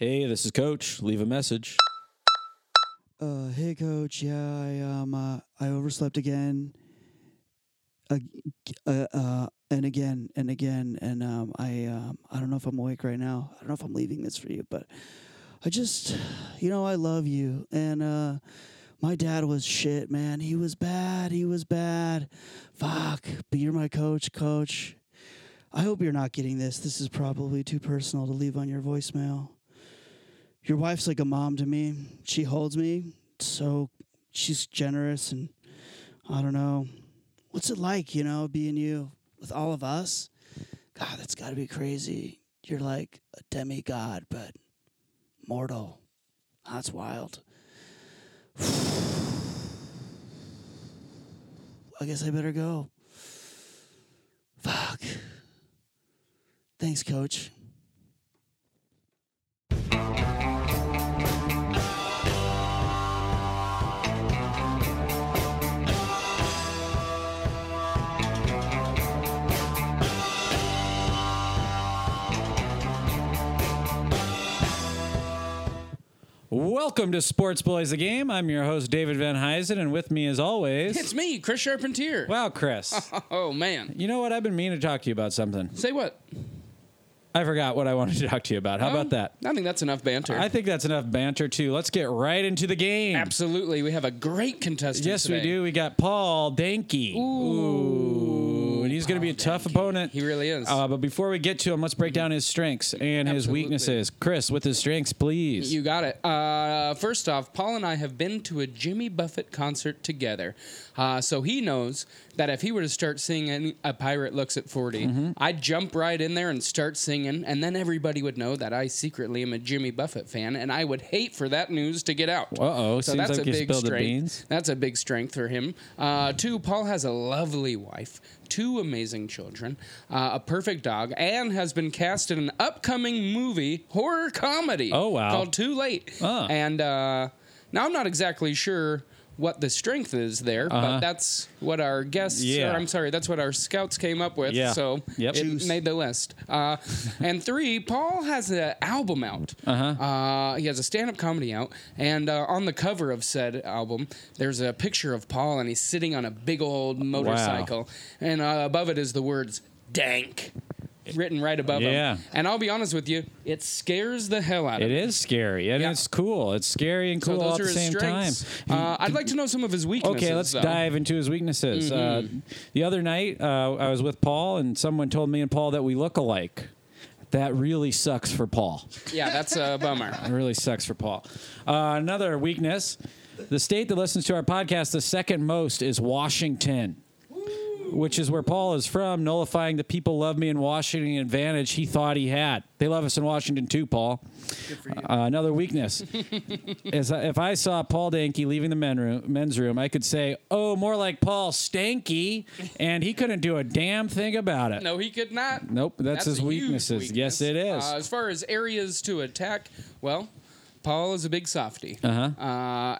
Hey, this is Coach. Leave a message. Uh, hey, coach. Yeah, I um, uh, I overslept again. Uh, uh, uh, and again and again, and um, I um, I don't know if I'm awake right now. I don't know if I'm leaving this for you, but I just, you know, I love you. And uh, my dad was shit, man. He was bad. He was bad. Fuck. But you're my coach, coach. I hope you're not getting this. This is probably too personal to leave on your voicemail your wife's like a mom to me. She holds me so she's generous and I don't know. What's it like, you know, being you with all of us? God, that's got to be crazy. You're like a demigod, but mortal. That's wild. I guess I better go. Fuck. Thanks, coach. Welcome to Sports Boys the Game. I'm your host, David Van Huysen, and with me as always. It's me, Chris Charpentier. wow, Chris. Oh man. you know what? I've been meaning to talk to you about something. Say what? Um, I forgot what I wanted to talk to you about. How Oh. about that? I think that's enough banter. I think that's enough banter, too. Let's get right into the game. Absolutely. We have a great contestant. Yes, we today. do. We got Paul Danke. Ooh. And he's going to be a tough opponent. He really is. Uh, but before we get to him, let's break down his strengths and his Absolutely. weaknesses. Chris, with his strengths, please. You got it. Uh, first off, Paul and I have been to a Jimmy Buffett concert together. Uh, so he knows that if he were to start singing A Pirate Looks at 40, Mm-hmm. I'd jump right in there and start singing. And then everybody would know that I secretly am a Jimmy Buffett fan. And I would hate for that news to get out. Uh-oh, seems like you spilled the beans. That's a big strength for him. Uh, two, Paul has a lovely wife, two amazing children, uh, a perfect dog, and has been cast in an upcoming movie, horror comedy. Oh, wow. Called Too Late. Ah. And uh, now I'm not exactly sure what the strength is there, Uh-huh. but that's what our guests, Yeah. or I'm sorry, that's what our scouts came up with. Yeah. So Yep. it Juice. made the list. Uh, and three, Paul has an album out. Uh-huh. he has a stand-up comedy out, and uh, on the cover of said album, there's a picture of Paul, and he's sitting on a big old motorcycle, and uh, above it is the words "dank." Written right above Yeah. him, and I'll be honest with you, it scares the hell out of It me. is scary and Yeah. it's cool. It's scary and So cool all at the same time. Uh, I'd like to know some of his weaknesses. Okay, let's though. dive into his weaknesses. mm-hmm. Uh, the other night, uh, I was with Paul, and someone told me and Paul that we look alike. That really sucks for Paul. Yeah, that's a bummer. It really sucks for Paul. Uh, another weakness the state that listens to our podcast the second most is Washington, which is where Paul is from, nullifying the people love me in Washington advantage he thought he had. They love us in Washington too, Paul. Uh, another weakness is that if I saw Paul Danke leaving the men room, men's room, I could say, oh, more like Paul Stanky, and he couldn't do a damn thing about it. No, he could not. Nope, that's his a huge weaknesses. weakness. Yes, it is. Uh, as far as areas to attack, well, Paul is a big softy. Uh-huh.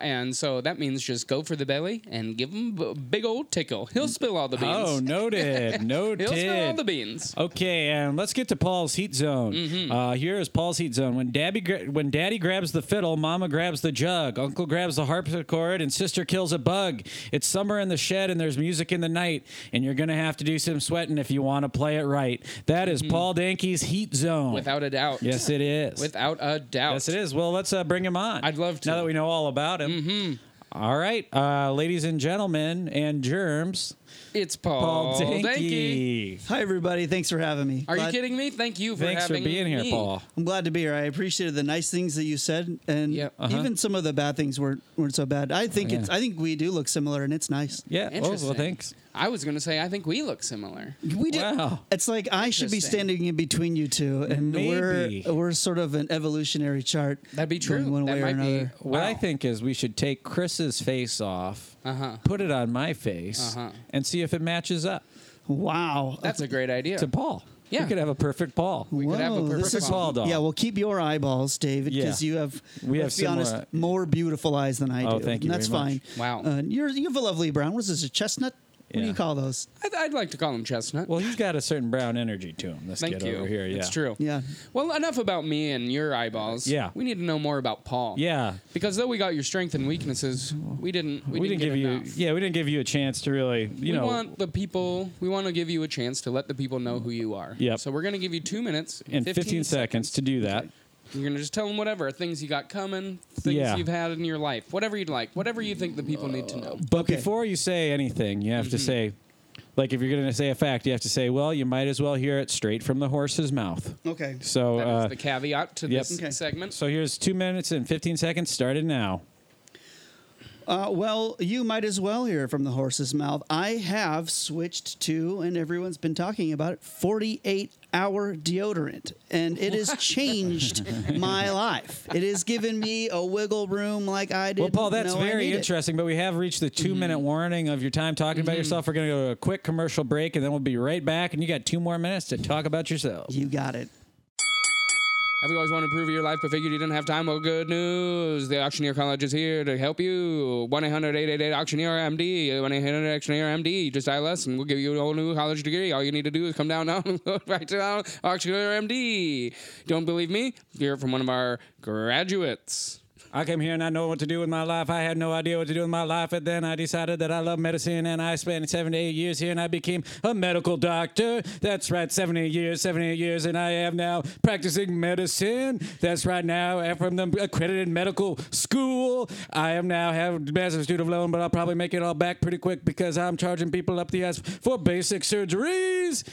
and so that means just go for the belly and give him a big old tickle. He'll spill all the beans. Oh, noted, noted. He'll spill all the beans. Okay, and let's get to Paul's heat zone. Mm-hmm. Uh, here is Paul's heat zone. When Daddy gra- when Daddy grabs the fiddle, Mama grabs the jug, Uncle grabs the harpsichord, and Sister kills a bug. It's summer in the shed, and there's music in the night, and you're gonna have to do some sweating if you want to play it right. That is Paul Danke's heat zone. Mm-hmm. Without a doubt. Oh. yes, it is. Without a doubt. yes, it is. Well, let's uh, bring him on. I'd love to. Mm-hmm. Now that we know all about him. All right, uh, ladies and gentlemen, and germs. It's Paul, Paul Danke. Danke. Hi, everybody. Thanks for having me. Are you Glad- kidding me? Thank you for Thanks for having being here, me. Paul. I'm glad to be here. I appreciated the nice things that you said, and Yep. Uh-huh. even some of the bad things weren't weren't so bad. I think it's. yeah. I think we do look similar, and it's nice. Yeah. Oh, well, Interesting. thanks. I was going to say, I think we look similar. We do. Wow. It's like I should be Interesting. standing in between you two, and Maybe. we're we're sort of an evolutionary chart. That'd be going true. One That way or might be- another. What I Wow. think is we should take Chris's face off, Uh-huh. put it on my face, Uh-huh. and see if it matches up Wow. That's a great idea. to Paul. Yeah. We could have a perfect Paul. we could have a Whoa, perfect this is ball dog. Yeah, well, keep your eyeballs, David, Yeah. because you have. We let's have be honest, uh, similar- more beautiful eyes than I do. Oh, thank you And that's very fine. much. Wow. Uh, you're you have a lovely brown. What is this? A chestnut? What do Yeah. you call those? I'd, I'd like to call him Chestnut. Well, he's got a certain brown energy to him. This Thank kid you. over here. Yeah. It's true. Yeah. Well, enough about me and your eyeballs. Yeah. We need to know more about Paul. Yeah. Because though we got your strength and weaknesses, we didn't. We, We, didn't give you. Yeah, we didn't give you a chance to really. You we know. want the people. We want to give you a chance to let the people know who you are. Yep. So we're gonna give you two minutes in 15, seconds to do that. You're gonna just tell them whatever things you got coming, things Yeah. you've had in your life, whatever you'd like, whatever you think the people need to know. But Okay. before you say anything, you have Mm-hmm. to say, like, if you're going to say a fact, you have to say, well, you might as well hear it straight from the horse's mouth. Okay. So, That is uh, the caveat to yep. this Okay. segment. so here's two minutes and 15 seconds started now. Uh, well, you might as well hear it from the horse's mouth. I have switched to, and everyone's been talking about it, 48 hour deodorant, and it has changed my life. It has given me a wiggle room like I did. Well, Paul, that's very interesting, but we have reached the two minute warning of your time talking about yourself. We're going to go to a quick commercial break, and then we'll be right back. And you got two more minutes to talk about yourself. You got it. Have you always wanted to improve your life but figured you didn't have time? Well, good news. The Auctioneer College is here to help you. 1 800 888 Auctioneer MD. 1 800 Auctioneer MD. Just dial us and we'll give you a whole new college degree. All you need to do is come down now and go right to our Auctioneer MD. Don't believe me? Hear it from one of our graduates. I came here and I know what to do with my life. I had no idea what to do with my life, and then I decided that I love medicine, and I spent seven to eight years here, and I became a medical doctor. That's right, seven eight years, seven eight years, and I am now practicing medicine. That's right, now I'm from the accredited medical school, I am now have massive student loan, but I'll probably make it all back pretty quick because I'm charging people up the ass for basic surgeries.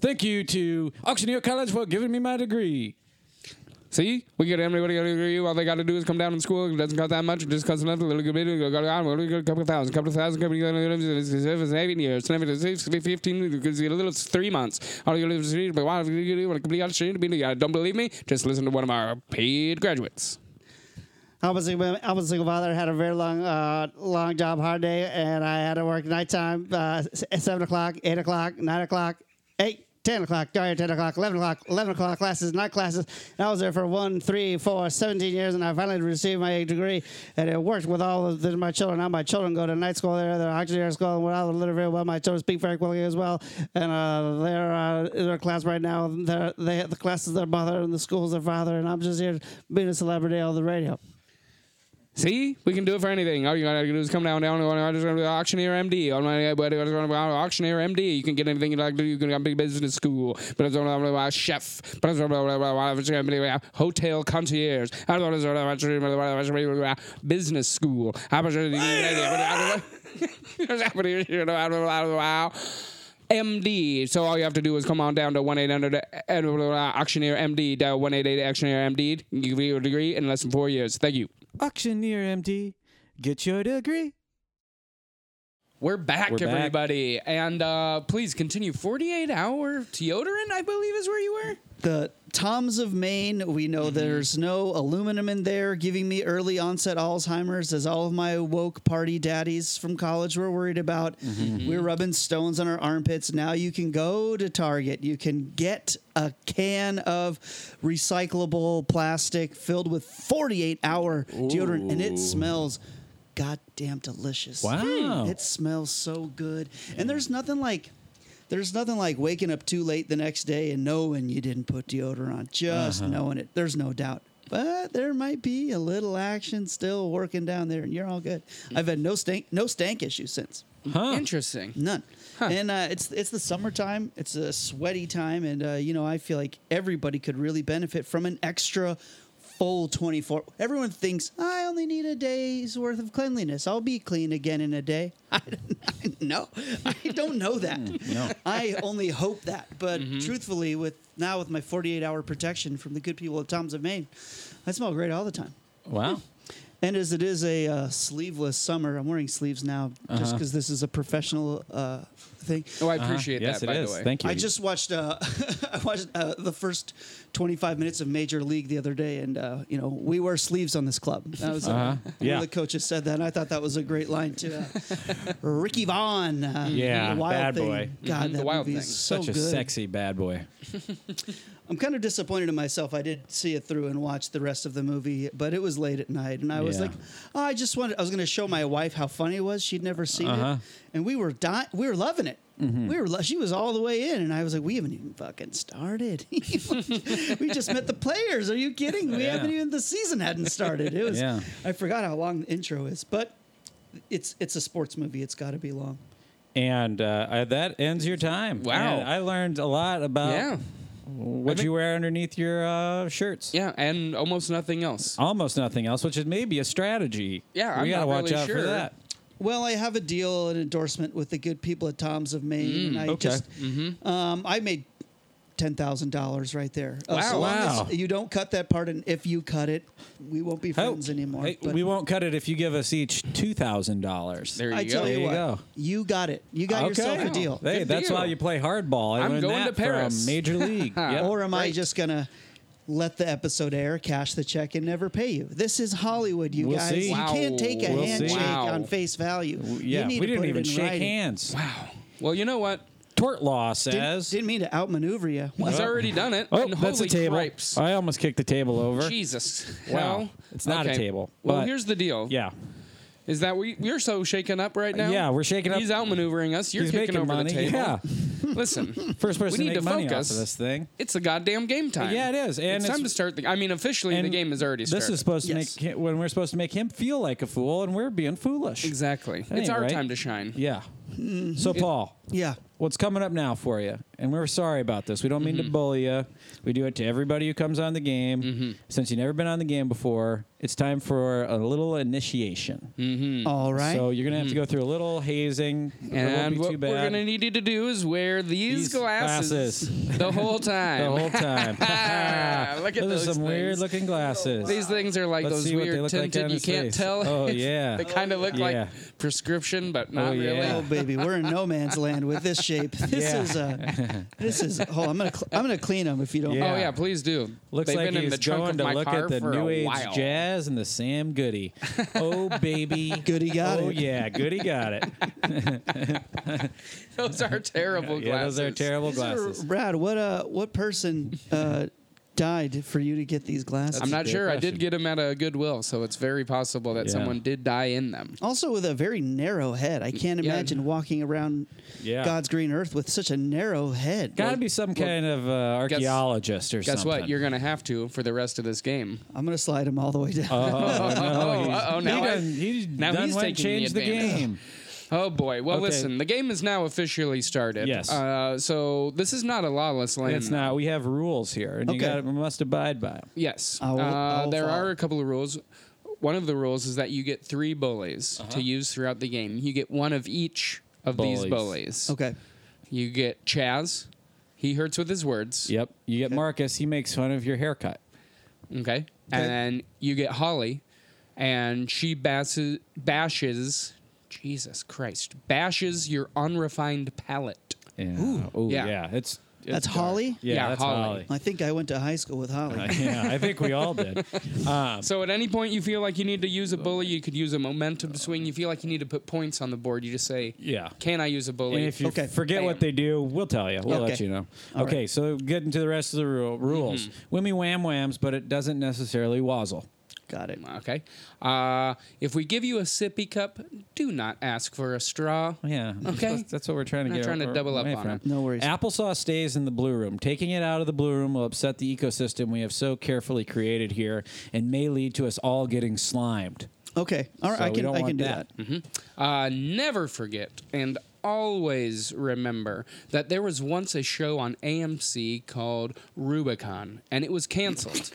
Thank you to Auctioneer College for giving me my degree. See, we get everybody got to agree. All they got to do is come down to school. It doesn't cost that much. It just costs nothing. A little bit. Go go down. A couple of thousand. Couple of thousand. Couple of thousand. Seven years. Seven six. Fifteen. Because a little three months. All you live is three. But why do you want to be on street? Don't believe me? Just listen to one of our paid graduates. I was, a, I was a single father, had a very long, uh, long job, hard day, and I had to work nighttime uh, s- at 7 o'clock, 8 o'clock, 9 o'clock, 8, 10 o'clock, sorry, 10 o'clock, 11 o'clock, 11 o'clock classes, night classes. And I was there for 1, 3, 4, 17 years, and I finally received my degree, and it worked with all of the, my children. Now my children go to night school there, they're auxiliary school, and I learn very well. My children speak very quickly as well, and uh, they're uh, in their class right now. They're, they, the class is their mother, and the school is their father, and I'm just here being a celebrity on the radio. See, we can do it for anything. All you gotta do is come down down. I'm just gonna auctioneer MD. On my but I'm gonna auctioneer MD. You can get anything you like. to do. You can have a big business school. But I'm gonna chef. But I'm gonna hotel concierge. I'm gonna business school. I'm gonna MD. So all you have to do is come on down to 1 800 uh, Auctioneer MD. Dial 1 888 Auctioneer MD. You can get your degree in less than four years. Thank you. Auctioneer MD, get your degree. We're back, We're back. everybody. And uh, please continue. 48 hour deodorant, I believe, is where you were. The Toms of Maine, we know there's no aluminum in there, giving me early onset Alzheimer's, as all of my woke party daddies from college were worried about. We're rubbing stones on our armpits. Now you can go to Target, you can get a can of recyclable plastic filled with 48 hour deodorant, and it smells goddamn delicious. Wow. It smells so good. And there's nothing like there's nothing like waking up too late the next day and knowing you didn't put deodorant on. Just knowing it. There's no doubt. But there might be a little action still working down there and you're all good. I've had no stank no stank issues since. Huh. Interesting. None. And uh, it's it's the summertime. It's a sweaty time, and uh, you know I feel like everybody could really benefit from an extra full 24. Everyone thinks I only need a day's worth of cleanliness. I'll be clean again in a day. I, I no, I don't know that. no. Mm-hmm. I only hope that. But truthfully, with now with my 48 hour protection from the good people of Tom's of Maine, I smell great all the time. Wow. And as it is a uh, sleeveless summer, I'm wearing sleeves now just Uh-huh. because this is a professional uh, thing. Oh, I appreciate yes, that, it by is. the way. Thank you. I just watched uh, I watched uh, the first 25 minutes of Major League the other day, and uh, you know we wear sleeves on this club. That was uh, Uh-huh. one Yeah. of the coaches said that, and I thought that was a great line too. Uh, Ricky Vaughn, uh, Yeah, the wild bad thing. boy. Mm-hmm. God, Mhm, that The Wild movie Thing. is so Such a good. sexy bad boy. I'm kind of disappointed in myself. I did see it through and watch the rest of the movie, but it was late at night, and I was Yeah. like, oh, I just wanted. I was going to show my wife how funny it was. She'd never seen Uh-huh. Mm-hmm. it, and we were dying. We were loving it. We were. Lo- she was all the way in, and I was like, "We haven't even fucking started. we just met the players. Are you kidding? We Yeah. haven't even the season hadn't started. It was. Yeah. I forgot how long the intro is, but it's it's a sports movie. It's got to be long. And uh, I, that ends your time. Wow. And I learned a lot about Yeah. what you wear underneath your uh, shirts. Yeah, and almost nothing else. Almost nothing else, which is maybe a strategy. Yeah, we I'm gotta not watch really out for sure. that. Oh, Well, I have a deal, an endorsement with the good people at Tom's of Maine, and I Mm, okay. Mm-hmm. just, um, I made ten thousand dollars right there. Uh, Wow. so long Wow. as you don't cut that part, and if you cut it, we won't be Oh, friends anymore. hey, but we won't cut it if you give us each two thousand dollars. There you I go. tell you There you what, go. you got it. You got yourself a Wow. deal. Hey, Good that's deal. why you play hardball. I I'm learned going that to Paris. from Major League. Yep. Or am I Right. just gonna? Let the episode air, cash the check, and never pay you. This is Hollywood, you We'll guys. see. You Wow. can't take a We'll see. handshake Wow. on face value. yeah, you need we to didn't put even it in shake writing. hands. Well, you know what? Tort law Didn't, says. didn't mean to outmaneuver you. He's already done it. oh, and that's a holy table. Gripes. I almost kicked the table over. Jesus. Wow. Hell. It's not a table, Well, but- here's the deal. Yeah, Is that we you're so shaken up right now? Yeah, we're shaken up. He's outmaneuvering us. You're he's kicking making over money. the table. Yeah, Listen, first person We need to make to money focus. off of this thing. it's a goddamn game time. Yeah, it is, and it's, it's- time to start the I mean officially the And game is already started. This is supposed to Yes. make him, when we're supposed to make him feel like a fool, and we're being foolish. Exactly. That it's ain't our right. time to shine. Yeah. So Mm-hmm. Paul, Yeah. what's coming up now for you? And we're sorry about this. We don't mean Mm-hmm. to bully you. We do it to everybody who comes on the game. Since you've never been on the game before, it's time for a little initiation. Mm-hmm. All right. Hmm. So you're gonna have to go through a little hazing. but it won't And be what too we're bad gonna need you to do is wear these, These glasses, the whole time. Ah, the whole time. Look at those, are those some weird things. looking glasses. These things are like Let's those see what they weird look like tinted. on you his can't face. tell. Oh, yeah. they kind of look Yeah. like prescription, but not Oh, yeah. really. Oh baby, we're in no man's land with this shape. This Yeah. is a. This is. Oh, I'm gonna. Cl- I'm gonna clean them if you don't. Yeah. mind. Oh yeah, please do. Looks They've like been in he's the trunk going of to my look car at the for new a age while. jazz and the Sam Goody. Oh baby, Goody got oh, it. yeah, Goody got it. Those are terrible yeah, glasses. those are terrible These are- glasses. Brad, what uh, what person uh, died for you to get these glasses? I'm not Good sure. I question. did get them at a Goodwill, so it's very possible that Yeah. someone did die in them. also with a very narrow head. I can't Yeah. imagine walking around Yeah. God's green earth with such a narrow head. Got to be some kind of uh, guess- archaeologist or Guess something. what? You're gonna have to for the rest of this game. I'm gonna slide them all the way down. Oh, no, Oh, he's- uh-oh, now he I- done, he now done he's went and taking the changed the, advantage. game. Oh boy. Well, Okay. listen. The game is now officially started. Yes. Uh, so this is not a lawless land. It's not. We have rules here, and you Okay. got we must abide by them. Yes. I will- I uh, will there follow. are a couple of rules. One of the rules is that you get three bullies Uh-huh. to use throughout the game. You get one of each of Bullies. these bullies. okay. You get Chaz. He hurts with his words. Yep. You get Marcus. He makes fun of your haircut. Okay. And then you get Holly, and she bashes, bashes Jesus Christ, bashes your unrefined palate. Yeah. Ooh. Yeah. yeah. It's, it's That's dark. Holly. Yeah, Yeah, that's Holly. Holly. I think I went to high school with Holly. yeah, I think we all did. Um, So at any point you feel like you need to use a bully, you could use a momentum swing. You feel like you need to put points on the board, you just say, Yeah. Can I use a bully? and if you Okay. forget what Bam. they do, we'll tell you. We'll let Okay. you know. All okay, right. Mm-hmm. so getting to the rest of the rule, rules. Wimmy wham whams, but it doesn't necessarily wazzle. Got it. Okay. Uh, if we give you a sippy cup, do not ask for a straw. Yeah. Okay. That's, that's what we're trying to Not get. trying to a- double up away on from. it. No worries. Applesauce stays in the blue room. Taking it out of the blue room will upset the ecosystem we have so carefully created here, and may lead to us all getting slimed. Okay. All right. So I we can. don't I want can do that. that. Uh, never forget and always remember that there was once a show on AMC called Rubicon, and it was canceled.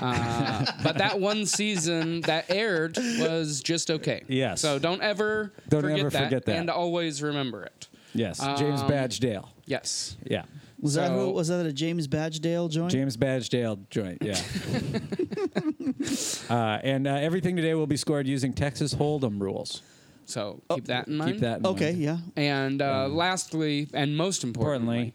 uh, but that one season that aired was just okay. Yes. So don't ever Don't forget, ever that, forget that. and always remember it. Yes, James Um, Badgedale. Yes. Yeah, Was that who? So- Was that a James Badgedale joint? James Badgedale joint. Yeah. uh, and uh, everything today will be scored using Texas Hold'em rules. So keep that in mind. Oh, Keep that. In okay. mind. Yeah. And uh, lastly, and most importantly,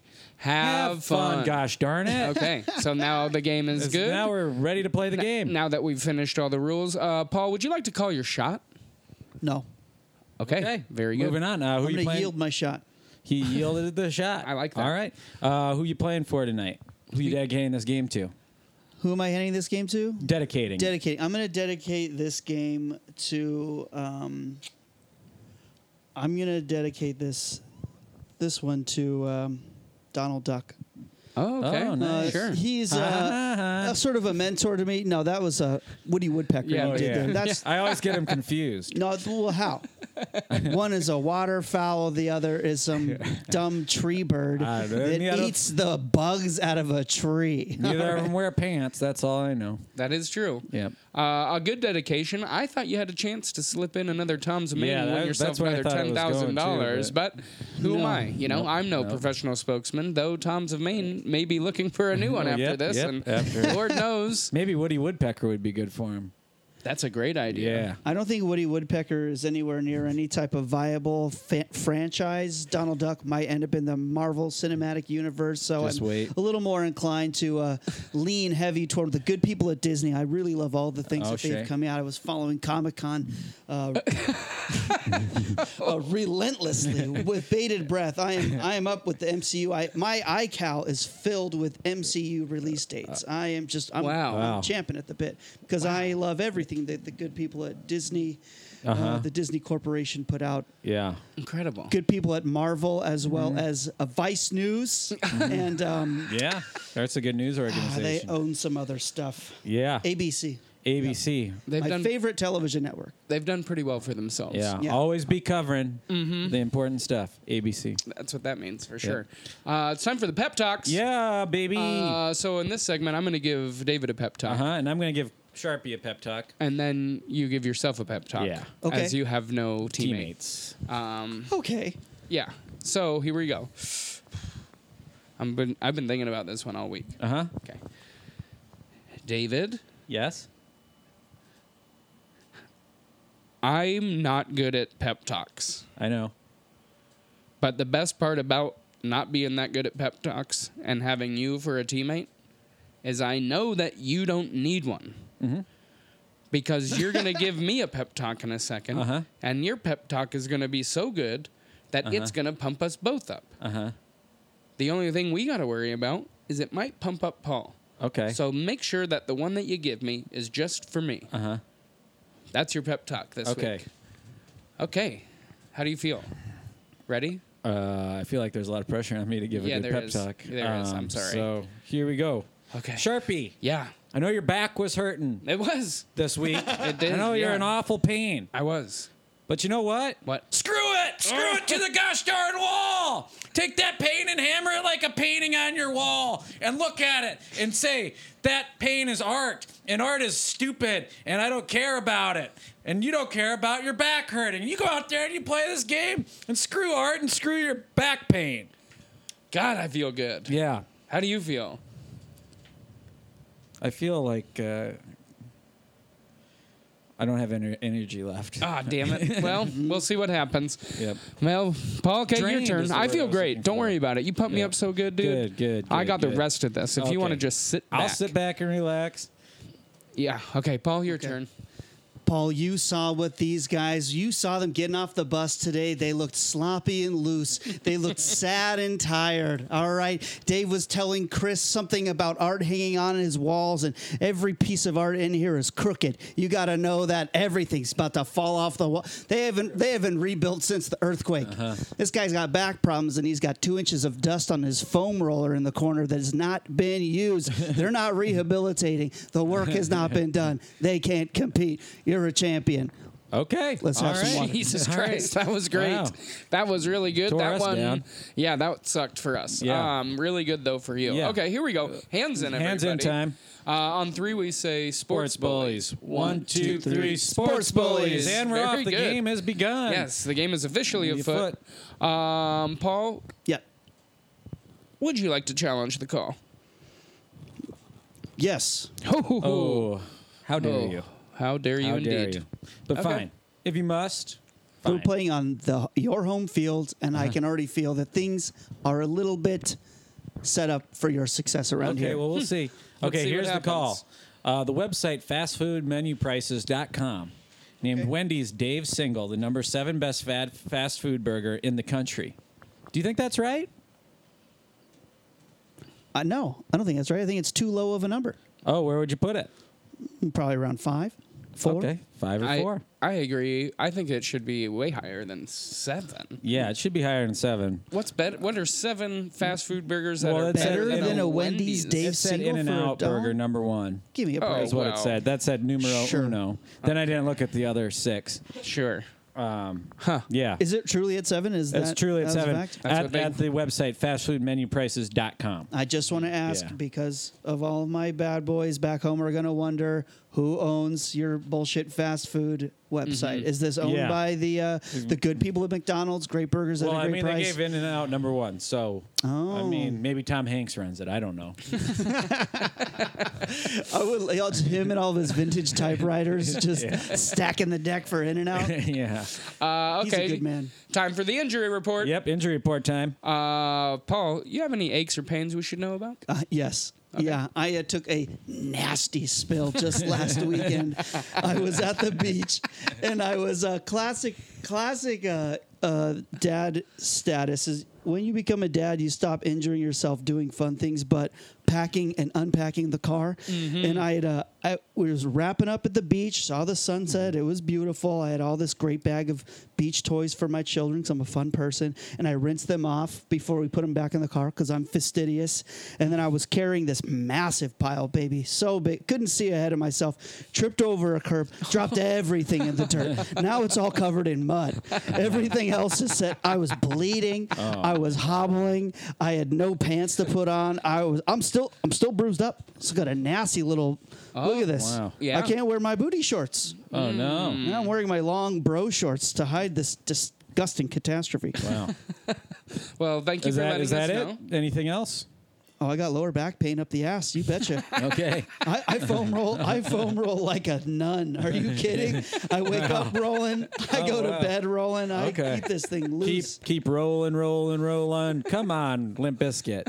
Importantly, have, fun. Gosh darn it. Okay, so now the game is It's- good. Now we're ready to play the game. Now that we've finished all the rules, uh, Paul, would you like to call your shot? No. Okay, okay. very good. Moving on. Uh, who I'm you gonna playing? yield my shot. He yielded the shot. I like that. All right. Uh, who you playing for tonight? Who you dedicating this game to? Who am I handing this game to? Dedicating. Dedicating. I'm going to dedicate this game to. Um, I'm gonna dedicate this this one to um, Donald Duck. Oh, okay. Oh, nice. Uh, Sure. He's uh, a sort of a mentor to me. No, that was uh, Woody Woodpecker. Yeah, who oh, did yeah. that. That's I always get him confused. no. Well, how? One is a waterfowl. The other is some dumb tree bird Ah, then that the other- eats the bugs out of a tree. Neither of them wear pants. That's all I know. That is true. Yep. Uh, a good dedication. I thought you had a chance to slip in another Tom's Mania Yeah, and win that- yourself that's where I another thought it ten was going thousand dollars, too, but who am No. I? You know, I'm no professional spokesman. Though Tom's of Maine may be looking for a new one after Oh, Yep, this, yep, and after- Lord knows Maybe Woody Woodpecker would be good for him. that's a great idea. Yeah. I don't think Woody Woodpecker is anywhere near any type of viable fa- franchise. Donald Duck might end up in the Marvel Cinematic Universe, so Just I'm wait. a little more inclined to uh, lean heavy toward the good people at Disney. I really love all the things Oh, that they Shay. have coming out. I was following Comic Con uh, uh, relentlessly with bated breath. I am I am up with the MCU. I my iCal is filled with MCU release dates. I am just I'm, Wow. I'm Wow. champing at the bit because I love everything that the good people at Disney, uh Uh-huh. the Disney Corporation put out. Yeah. Incredible. Good people at Marvel as well Mm-hmm. as uh, Vice News, and um, Yeah. That's a good news ah, they organization. own some other stuff. yeah. ABC, ABC. They've my done favorite television network. they've done pretty well for themselves. Yeah. Yeah. Always be covering Mm-hmm. the important stuff. ABC. That's what that means for sure. Uh, it's time for the pep talks. Yeah, baby. Uh Uh, so in this segment, I'm going to give David a pep talk, huh. And I'm going to give Sharpie a pep talk. and then you give yourself a pep talk. Yeah. Okay. As you have no teammate. Teammates. Um, Okay, yeah. So here we go. I'm been I've been thinking about this one all week. Uh huh. Okay. David, Yes. I'm not good at pep talks, I know. but the best part about not being that good at pep talks and having you for a teammate is I know that you don't need one. Mm-hmm. Because you're going to give me a pep talk in a 2nd Uh-huh. and your pep talk is going to be so good that it's going to pump us both up. Uh huh. The only thing we got to worry about is it might pump up Paul. Okay. So make sure that the one that you give me is just for me. Uh huh. That's your pep talk this Okay. week. Okay. How do you feel? Ready? Uh, I feel like there's a lot of pressure on me to give Yeah, a good there pep is. talk. Um, There is. I'm sorry. So here we go. Okay. Sharpie, Yeah. I know your back was hurting It was. this week. It did. I know you're yeah. in awful pain. I was. But you know what? What? Screw it! Screw it to the gosh darn wall! Take that pain and hammer it like a painting on your wall and look at it and say, that pain is art and art is stupid and I don't care about it. And you don't care about your back hurting. You go out there and you play this game and screw art and screw your back pain. God, I feel good. Yeah. How do you feel? I feel like uh, I don't have ener- energy left. Ah, damn it. Well, we'll see what happens. Yep. Well, Paul, okay, your Drained turn. is the I word I feel was great. looking Don't for. worry about it. You pumped me Yep. up so good, Good, dude. good, I good, got the good. rest of this. If you want to Okay. just sit back. I'll sit back and relax. Yeah. Okay, Paul, your turn. Paul, you saw what these guys, you saw them getting off the bus today. They looked sloppy and loose. They looked sad and tired. All right. Dave was telling Chris something about art hanging on his walls, and every piece of art in here is crooked. You got to know that everything's about to fall off the wall. They haven't they haven't rebuilt since the earthquake. Uh-huh. This guy's got back problems, and he's got two inches of dust on his foam roller in the corner that has not been used. They're not rehabilitating. The work has not been done. They can't compete. You're a champion. Okay. Let's have some water. Jesus All right. Christ, that was great. Wow. That was really good. Tore that us one, down. yeah, that sucked for us. Yeah. Um, really good though for you. Yeah. Okay, here we go. Hands in, everybody. Hands in time. Uh, on three, we say sports, Sports bullies. One, two, three. Sports Sports bullies. bullies. And we're Very off. The good. game has begun. Yes, the game is officially Your afoot. Um, Paul, Yeah. would you like to challenge the call? Yes. Oh, Oh, how dare Oh, you? How dare you How indeed? dare you? But Okay. fine, if you must. We're Fine. Uh-huh. playing on the your home field, and I can already feel that things are a little bit set up for your success around Okay, here. well we'll see. Let's Okay, see what here's the happens. call. Uh, the website fastfoodmenuprices.com named Wendy's Dave Single the number seven best fad, fast food burger in the country. Do you think that's right? uh, no, I don't think that's right. I think it's too low of a number. Oh, where would you put it? Probably around five. Four? Okay, five or I, four. I agree. I think it should be way higher than seven. Yeah, it should be higher than seven. What's better? What are seven fast food burgers that Well, are it said better In-N-Out. than a Wendy's Wendy's? Dave It said In single and for a Out dollar? Burger number one. Give me a Oh. break. Is what it wow. said. That said numero Sure. uno. Then I didn't look at the other six. Sure. Um, Yeah. Is it truly at seven? Is That's that truly at that was a seven fact? Oh, That's at, what they- at the website fastfoodmenuprices.com. I just want to ask Yeah. because of all of my bad boys back home are going to wonder who owns your bullshit fast food website. Is this owned Mm-hmm. Yeah. Mm-hmm. by the uh, the good people at McDonald's? Great burgers Well, at a I great mean, they price. gave In and Out number one, so I Oh. mean, maybe Tom Hanks runs it. I don't know. I would lay out him and all of his vintage typewriters just stacking the deck for In and Out. yeah. Uh, He's a okay. good man. Time for the injury report. Yep. Injury report time. Uh, Paul, you have any aches or pains we should know about? Uh, yes. Yeah, I uh, took a nasty spill just last weekend. I was at the beach, and I was uh, classic, classic uh, uh, dad status is when you become a dad, you stop injuring yourself doing fun things, but packing and unpacking the car. And I had, uh, I was wrapping up at the beach, saw the sunset. It was beautiful. I had all this great bag of beach toys for my children because I'm a fun person. And I rinsed them off before we put them back in the car because I'm fastidious. And then I was carrying this massive pile, baby, so big. Couldn't see ahead of myself. Tripped over a curb, dropped everything in the dirt. Now it's all covered in mud. Everything else is set. I was bleeding. I was hobbling. I had no pants to put on. I was I'm still I'm still bruised up. So got a nasty little look at this. wow. Yeah. I can't wear my booty shorts. Oh no. Now I'm wearing my long bro shorts to hide this disgusting catastrophe. Wow. Well, thank you Is for that letting is that us it? know. Anything else? Oh, I got lower back pain up the ass. You betcha. Okay. I, I foam roll. I foam roll like a nun. Are you kidding? I wake up rolling. I Oh, go to wow. bed rolling. I Okay. keep this thing keep loose. keep rolling, rolling, rolling. Come on, Limp Biscuit.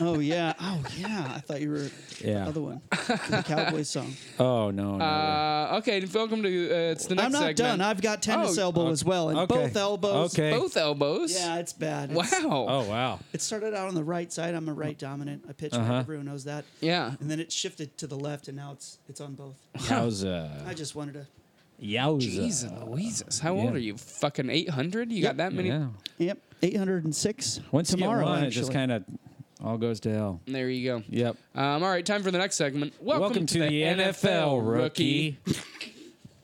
Oh yeah. Oh yeah. I thought you were Yeah. the other one. The Cowboys song. Oh no. no. Uh, okay, and welcome to uh, it's the next I'm not segment. done. I've got tennis Oh, elbow as well, and okay. both elbows. Okay. both elbows. Yeah, it's bad. Wow. It's- oh wow. It started out on the right side. I'm a right dominant. I pitch. right. Everyone knows that. Yeah. And then it shifted to the left, and now it's it's on both. I Yowza. just wanted to. Yowza. Jesus, Louises, how old uh, Yeah. are you? Fucking eight hundred? You got that many? Yeah. Yep. 806. Once you tomorrow, get one, actually. it just kind of all goes to hell. There you go. Yep. Um, all right, time for the next segment. Welcome, Welcome to the NFL rookie.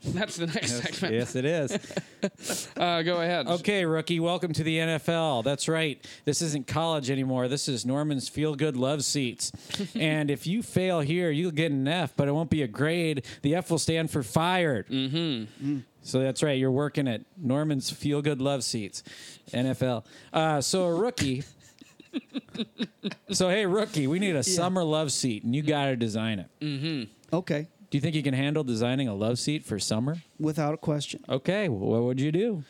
That's the next Yes, segment. yes, it is. Uh, go ahead. Okay, rookie, welcome to the NFL. That's right. This isn't college anymore. This is Norman's Feel Good Love Seats. and if you fail here, you'll get an F, but it won't be a grade. The F will stand for fired. Mm-hmm. So that's right. You're working at Norman's Feel Good Love Seats, NFL. Uh, so a rookie. so hey, rookie, we need a summer love seat, and you got to design it. Okay. Do you think you can handle designing a love seat for summer? Without a question. Okay, well, what would you do?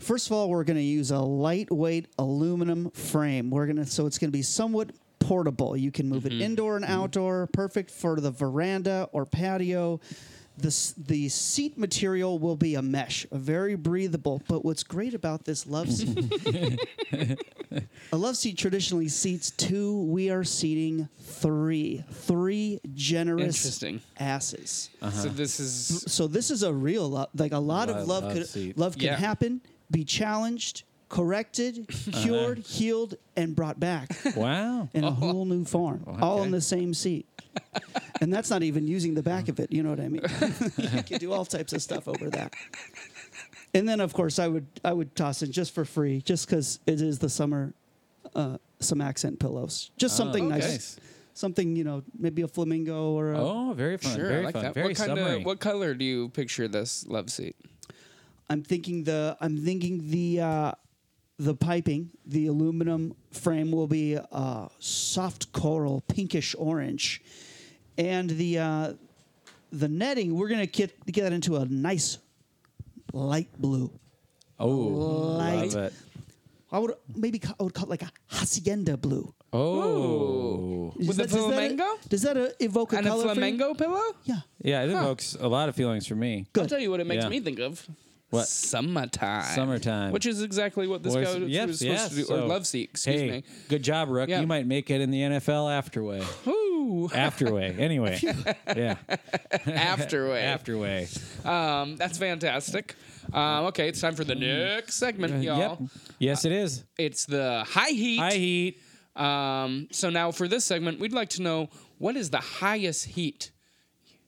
First of all, we're going to use a lightweight aluminum frame. We're going to so it's going to be somewhat portable. You can move it indoor and outdoor, perfect for the veranda or patio. The, s- the seat material will be a mesh, a very breathable. But what's great about this love seat, a love seat traditionally seats two. We are seating three, three generous Interesting. asses Uh-huh. So this is so this is a real love. Like a lot Love- of love love could seat. love can Yeah. happen, be challenged, corrected, cured, healed, and brought back Wow. in a whole new form, all in okay. the same seat. and that's not even using the back of it. You know what I mean? you can do all types of stuff over that. And then, of course, I would I would toss in just for free, just because it is the summer. Uh, some accent pillows, just something nice, nice. something you know, maybe a flamingo or a, Oh, very fun. sure. very I like fun. that. Very what kind summery. of what color do you picture this love seat? I'm thinking the I'm thinking the uh, the piping, the aluminum frame will be uh, soft coral, pinkish orange, and the uh, the netting we're gonna get get that into a nice light blue. oh, light- love it. I would maybe ca- I would call it like a hacienda blue. Oh. Does With the that- does that- flamingo? Does that uh, evoke a And a color? for you? flamingo pillow? Yeah. Yeah, it evokes a lot of feelings for me. Good. I'll tell you what it makes Yeah. me think of. What? Summertime. Summertime. Which is exactly what this Boys- guy was yes, supposed yes, to do, so- or love seat, excuse hey, me. Good job, Rook. Yeah. You might make it in the NFL afterway. Ooh, Phew. Afterway. Anyway. yeah. Afterway. Afterway. Um, that's fantastic. Um, okay, it's time for the next segment, y'all. Mm. Uh, Yep. Yes, it is. It's the high heat. High heat. Um, so now for this segment, we'd like to know what is the highest heat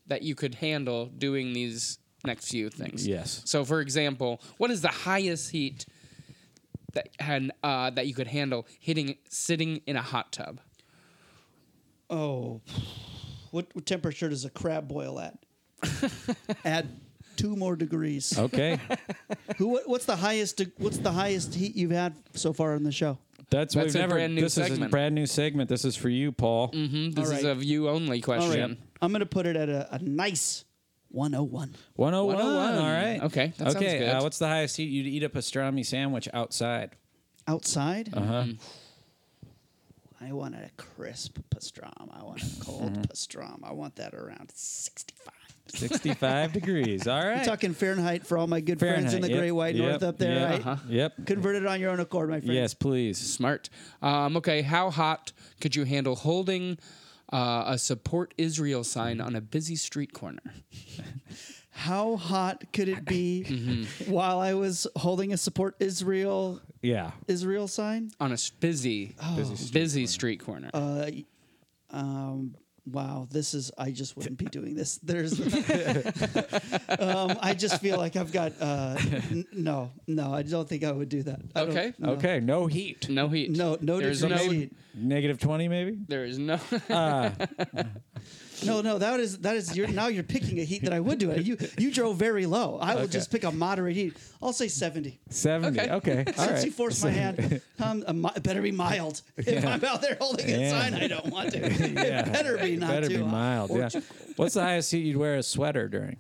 that you could handle doing these next few things. Yes. So for example, what is the highest heat that had uh, that you could handle hitting sitting in a hot tub? Oh, what, what temperature does a crab boil at? Add two more degrees. Okay. Who? What, what's the highest? de- What's the highest heat you've had so far in the show? That's, That's we've a never. brand new this is a segment. brand new segment. This is for you, Paul. Hmm, This All is right. a view only All question. right, I'm gonna put it at a, a nice 101. 101. 101. All right. Okay, that sounds okay. good. Uh, what's the highest heat you'd eat a pastrami sandwich outside? Outside, Uh-huh. I wanted a crisp pastrami. I want a cold Mm-hmm. pastrami. I want that around 65. 65 degrees. All right. I'm talking Fahrenheit for all my good friends in the Fahrenheit. Yep, Great White yep, North up there. yep, Right? Uh-huh. Yep. Convert it on your own accord, my friend. Yes, please. Smart. Um, okay, how hot could you handle holding uh, a support Israel sign on a busy street corner? How hot could it be Mm-hmm. while I was holding a support Israel Yeah. Israel sign? On a s- busy, busy street corner. Uh, um, wow, this is. I just wouldn't be doing this. There's. um, I just feel like I've got. Uh, n- no, no, I don't think I would do that. I don't- Okay. no. Okay. No heat. no heat. No, no There's degrees no. heat. Negative 20, maybe? Ah, There is no. Uh, No, no, that is that is you're, now you're picking a heat that I would do it. You you drove very low. I will Okay. just pick a moderate heat. I'll say 70. 70. Okay. Okay. All Since you right. forced my hand, um, a mi- it better be mild. If I'm out there holding a Yeah. sign, I don't want to. It better be not Better too be hot. mild. Or Yeah. too- What's the highest heat you'd wear a sweater during?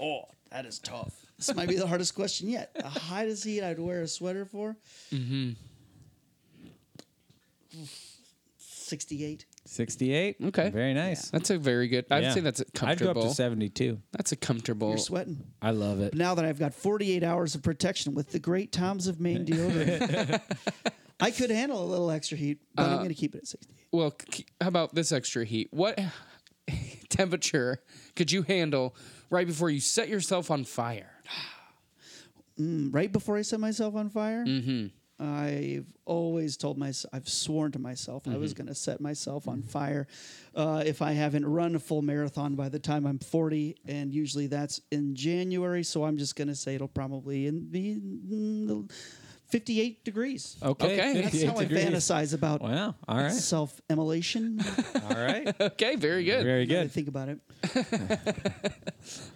Oh, that is tough. This might be the hardest question yet. The hottest heat I'd wear a sweater for? Mm-hmm. 68. 68. Okay. Very nice. That's a very good. I'd Yeah. say that's a I'd go comfortable. up to 72. That's a comfortable. You're sweating. I love it. now that I've got 48 hours of protection with the great Toms of Maine deodorant, I could handle a little extra heat, but I'm going to keep it at 60. Well, c- how about this extra heat? What temperature could you handle right before you set yourself on fire? Mm, Right before I set myself on fire, Mm-hmm. I've always told myself, I've sworn to myself, I Mm-hmm. was going to set myself on fire uh, if I haven't run a full marathon by the time I'm 40. And usually that's in January. So I'm just going to say it'll probably in, be mm, 58 degrees. Okay. Okay. That's That's 58 how I Oh, degrees. fantasize about Wow. All right. self immolation. All right. Okay, very good. Very I good. think about it.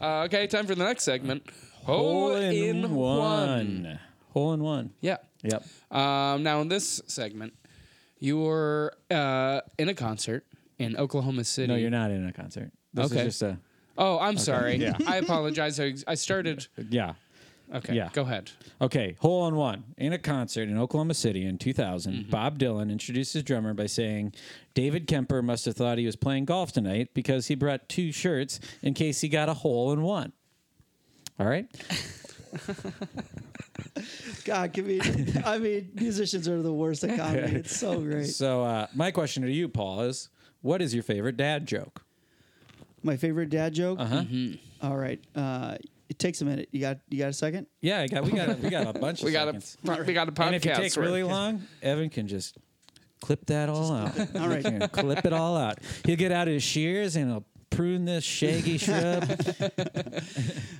Uh, okay, time for the next segment. Hole in one. Hole in one. Yeah. Yep. Um, now in this segment, you're uh, in a concert in Oklahoma City. No, you're not in a concert. This Okay. is just a. Oh, I'm sorry. Yeah. I apologize. I, I started. Yeah. Okay. Yeah. Go ahead. Okay, hole in one. In a concert in Oklahoma City in 2000, Mm-hmm. Bob Dylan introduced his drummer by saying, David Kemper must have thought he was playing golf tonight because he brought two shirts in case he got a hole in one. All right? God, give me. I mean, musicians are the worst at comedy. It's so great. So, uh, my question to you, Paul, is what is your favorite dad joke? My favorite dad joke. All right, uh, it takes a minute. You got you got a second? Yeah, I got we got a, we got a bunch of We got seconds. a we got a podcast. and if you take right? really long, Evan can just clip that all out. All He right. can clip it all out. He'll get out his shears and he'll prune this shaggy shrub.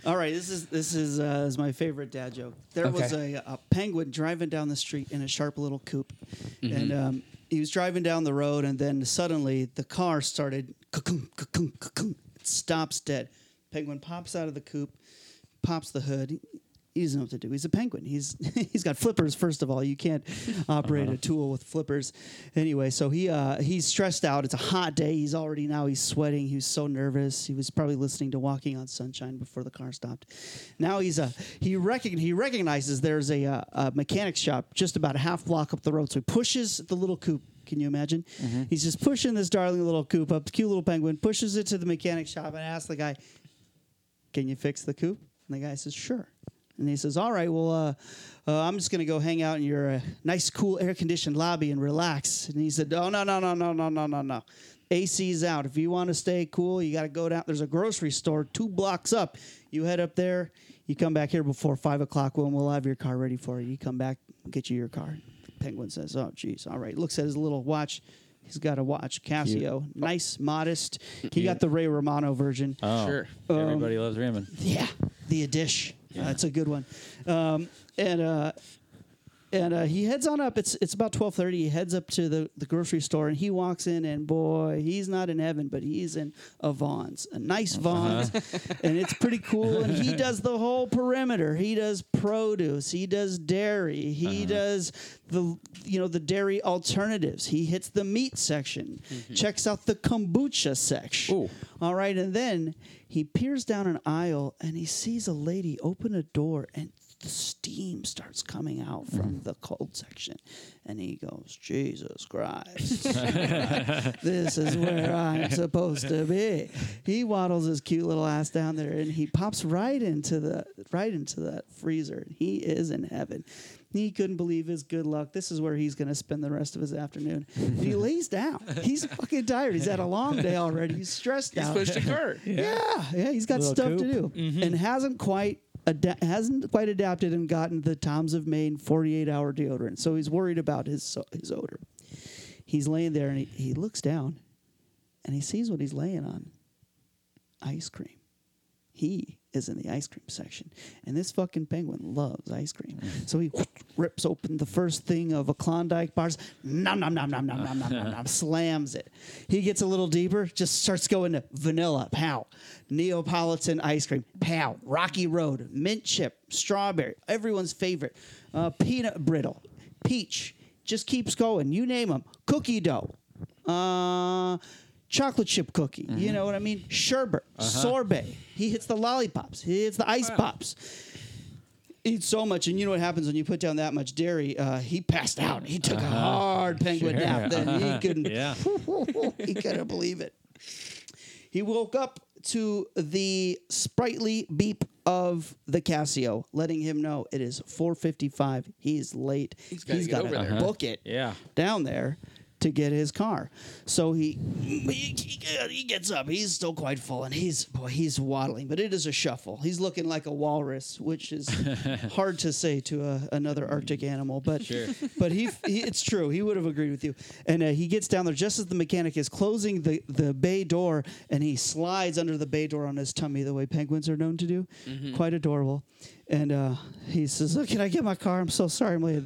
All right, this is this is uh, is my favorite dad joke. There was a, a penguin driving down the street in a sharp little coupe, and um, he was driving down the road, and then suddenly the car started cuckoo, cuckoo, cuckoo. It stops dead. Penguin pops out of the coupe, pops the hood. He, he doesn't know what to do. He's a penguin. He's he's got flippers. First of all, you can't operate a tool with flippers. Anyway, so he uh, he's stressed out. It's a hot day. He's already now he's sweating. He was so nervous. He was probably listening to Walking on Sunshine before the car stopped. Now he's a he recogn he recognizes there's a, uh, a mechanic shop just about a half block up the road. So he pushes the little coupe. Can you imagine? He's just pushing this darling little coupe up. Cute little penguin pushes it to the mechanic shop and asks the guy, "Can you fix the coupe?" And the guy says, "Sure." And he says, "All right, well, uh, uh, I'm just gonna go hang out in your uh, nice, cool, air-conditioned lobby and relax." And he said, "Oh no, no, no, no, no, no, no, no. AC's out. If you want to stay cool, you got to go down. There's a grocery store two blocks up. You head up there. You come back here before five o'clock when we'll have your car ready for you. You come back, get you your car." Penguin says, "Oh, geez, all right." Looks at his little watch. He's got a watch, Casio, nice, modest. He got the Ray Romano version. Oh, Sure. Everybody loves Raymond. Yeah, the Adish. That's a good one. Um, and uh, and uh, he heads on up. It's it's about twelve thirty. He heads up to the, the grocery store and he walks in and boy, he's not in heaven, but he's in a Vons, a nice Vons, and it's pretty cool. And he does the whole perimeter. He does produce. He does dairy. He does the you know the dairy alternatives. He hits the meat section, checks out the kombucha section. Ooh. All right, and then he peers down an aisle and he sees a lady open a door and the steam starts coming out from the cold section. And he goes, Jesus Christ. this is where I'm supposed to be. He waddles his cute little ass down there and he pops right into the right into that freezer. He is in heaven. He couldn't believe his good luck. This is where he's going to spend the rest of his afternoon. And he lays down. He's fucking tired. He's had a long day already. He's stressed He's out. pushed a cart. Yeah, yeah, he's got Little stuff to do, coop. Mm-hmm. and hasn't quite ada- hasn't quite adapted and gotten the Tom's of Maine 48 hour deodorant. So he's worried about his so- his odor. He's laying there and he, he looks down, and he sees what he's laying on. Ice cream. He is in the ice cream section, and this fucking penguin loves ice cream. So he rips open the first thing of a Klondike bars, nom nom nom nom nom nom nom nom, nom, slams it. He gets a little deeper, just starts going to vanilla, pow, Neapolitan ice cream, pow, Rocky Road, mint chip, strawberry, everyone's favorite, uh, peanut brittle, peach. Just keeps going. You name them, cookie dough. Uh, chocolate chip cookie. You know what I mean? Sherbet, sorbet. He hits the lollipops. He hits the ice pops. Eats so much, and you know what happens when you put down that much dairy? Uh, he passed out. He took a hard penguin Sure. nap. Then he couldn't. Yeah. he couldn't believe it. He woke up to the sprightly beep of the Casio, letting him know it is 4:55. He's late. He's gotta get gotta over there. book it Yeah. down there to get his car. So he he, he- he gets up. He's still quite full, and he's boy, he's waddling, but it is a shuffle. He's looking like a walrus, which is hard to say to a, another Arctic animal, but but he, he it's true. He would have agreed with you. And uh, he gets down there just as the mechanic is closing the the bay door, and he slides under the bay door on his tummy, the way penguins are known to do. Quite adorable. And uh, he says, "Look, can I get my car? I'm so sorry, I'm late."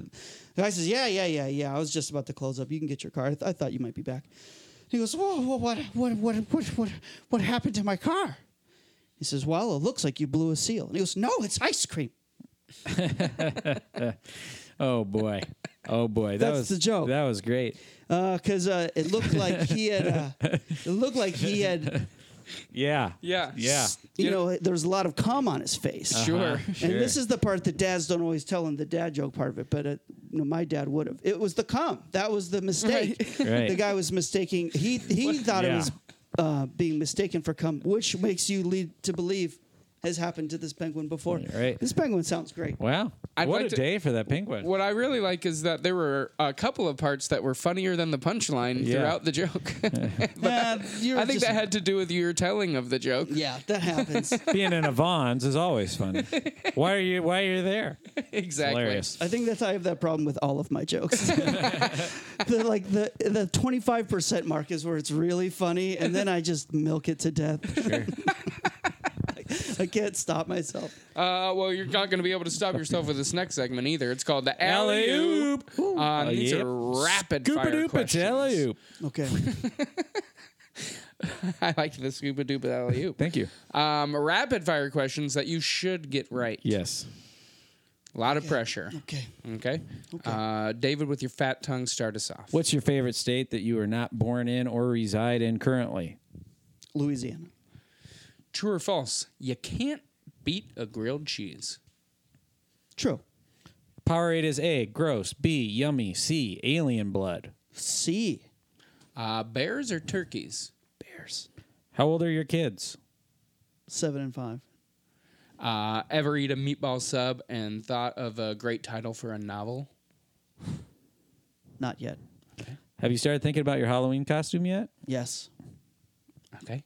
The guy says, "Yeah, yeah, yeah, yeah. I was just about to close up. You can get your car. I, th- I thought you might be back." He goes, "Whoa, whoa, what, what, what, what, what, what happened to my car?" He says, "Well, it looks like you blew a seal." And he goes, "No, it's ice cream." Oh boy. Oh boy. That That's was the joke. That was great. because uh, it looked like he had, uh, it looked like he had, Yeah. Yeah. Yeah. Ah, you know, there was a lot of cum on his face. Sure. Sure. And this is the part that dads don't always tell in the dad joke part of it, but uh, you know, my dad would have. It was the cum. That was the mistake. Right. The guy was mistaking. He he thought it Yeah. was uh, being mistaken for cum, which makes you lead to believe has happened to this penguin before. Right. This penguin sounds great. Wow. I'd what like a to- day for that penguin. What I really like is that there were a couple of parts that were funnier than the punchline Yeah. throughout the joke. but Uh, you're I think just- that had to do with your telling of the joke. Yeah, that happens. Being in a Vons is always funny. why are you why are you there? exactly. Hilarious. I think that's I have that problem with all of my jokes. the, like the the twenty five percent mark is where it's really funny, and then I just milk it to death. I can't stop myself. Uh, well, you're not going to be able to stop yourself with this next segment either. It's called the alley Alley-oop. oop. Uh, and these Yep. are rapid fire Scoopadoop, Oh, it's questions. alley-oop. Okay, I like the scuba doop alley oop. Thank you. Um, rapid fire questions that you should get right. Yes. A lot of pressure. okay. Okay. Uh, David, with your fat tongue, start us off. What's your favorite state that you are not born in or reside in currently? Louisiana, True or false? You can't beat a grilled cheese. true. Powerade is A, gross, B, yummy, C, alien blood. C, Uh, bears or turkeys? Bears, How old are your kids? seven and five. Uh, ever eat a meatball sub and thought of a great title for a novel? Not yet. Have you started thinking about your Halloween costume yet? Yes. Okay.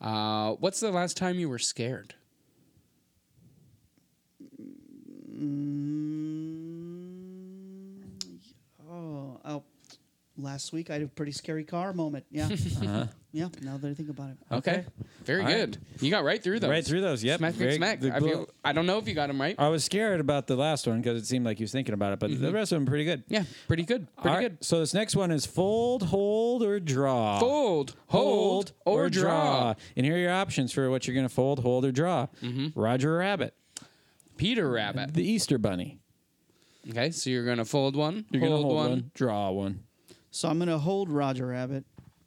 Uh, what's the last time you were scared? Mm, oh, oh, last week I had a pretty scary car moment. Yeah. Yeah. Now that I think about it. Okay. Very All right. good. You got right through those. Right through those, yep. Smack, Very- smack, smack. the I, glo- feel, I don't know if you got them right. I was scared about the last one because it seemed like he was thinking about it, but the rest of them pretty good. Mm-hmm. yeah, pretty good. Pretty All right, good. So this next one is fold, hold, or draw. Fold, hold, or, draw. And here are your options for what you're going to fold, hold, or draw. Mm-hmm. Roger Rabbit, Peter Rabbit. the Easter Bunny. Okay, so you're gonna fold one, You're going hold, to hold one. one. draw one. So I'm gonna hold Roger Rabbit.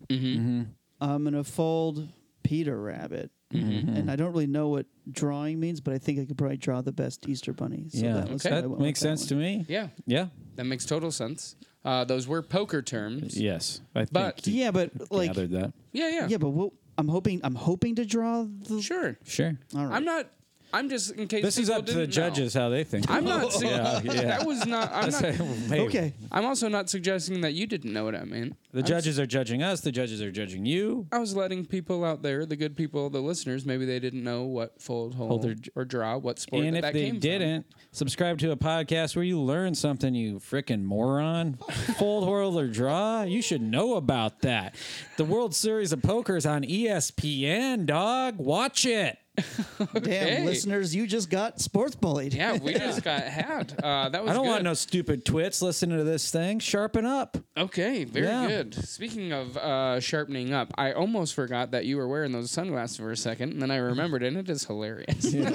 Mm-hmm. I'm gonna fold Peter Rabbit. Mm-hmm. And I don't really know what drawing means, but I think I could probably draw the best Easter bunny. So yeah, that, was Okay. why I that went with makes that sense one. to me. Yeah, Yeah. that makes total sense. Uh, those were poker terms. Yes. I think But- you Yeah, but like, gathered that. Yeah, yeah, yeah, but what, I'm hoping I'm hoping to draw the. sure. Sure. All right. I'm not. I'm just in case. This is people up to the didn't know. judges how they think. I'm not. Su- Yeah, yeah. That was not. I'm not. Hey, okay. I'm also not suggesting that you didn't know what I mean. The judges are judging us. The judges are judging you. I was letting people out there, the good people, the listeners, maybe they didn't know what fold, hold, Hold or, or- draw, what sport And that, if that they came from. didn't, subscribe to a podcast where you learn something, you frickin' moron. Fold, whirl, or draw. You should know about that. The World Series of Poker is on E ESPN, dog. Watch it. Damn, Okay. listeners, you just got sports bullied. Yeah, we just got had. Uh, that was. I don't want good. no stupid twits listening to this thing. Sharpen up. Okay, very Yeah. good. Speaking of uh, sharpening up, I almost forgot that you were wearing those sunglasses for a second, and then I remembered, and it is hilarious. yeah,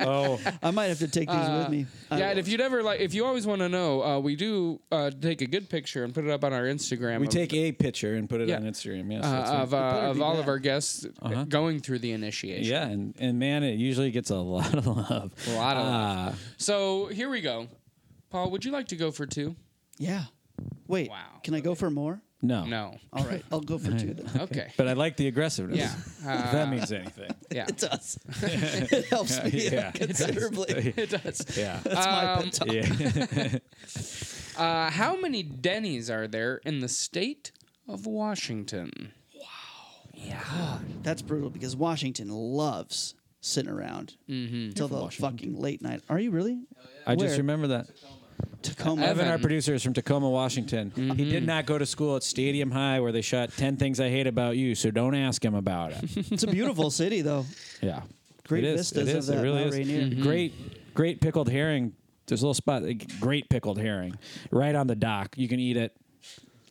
Oh, I might have to take these Uh, with me. Uh, I and if you'd ever like, if you always want to know, uh, we do uh, take a good picture and put it up on our Instagram. we of- take a picture and put it Yeah. on Instagram. Yes, uh, that's right. of, uh, better of be all that. of our guests uh, Uh-huh. going through the initiation. yeah, and, and man, it usually gets a lot of love. A lot of Ah. love. So here we go. Paul, would you like to go for two? Yeah. Wait. Wow. Can I go for more? No, Oh. No. All right, I'll go for two. Then. Okay. But I like the aggressiveness. Yeah. if that means anything. Yeah. It does. it helps me Yeah. considerably. It does. Um, Yeah. That's my pet talk. yeah. Uh, how many Denny's are there in the state of Washington? That's brutal because Washington loves sitting around till the fucking late night. Are you really? I just Where? remember that. Tacoma. Evan, our Evan. producer, is from Tacoma, Washington. He Mm-hmm. did not go to school at Stadium High where they shot 10 Things I Hate About You, so don't ask him about it. It's a beautiful city, though. yeah. Great it is. vistas it of is. that it really Mount is. Rainier. Great, great pickled herring. There's a little spot, like, great pickled herring right on the dock. You can eat it.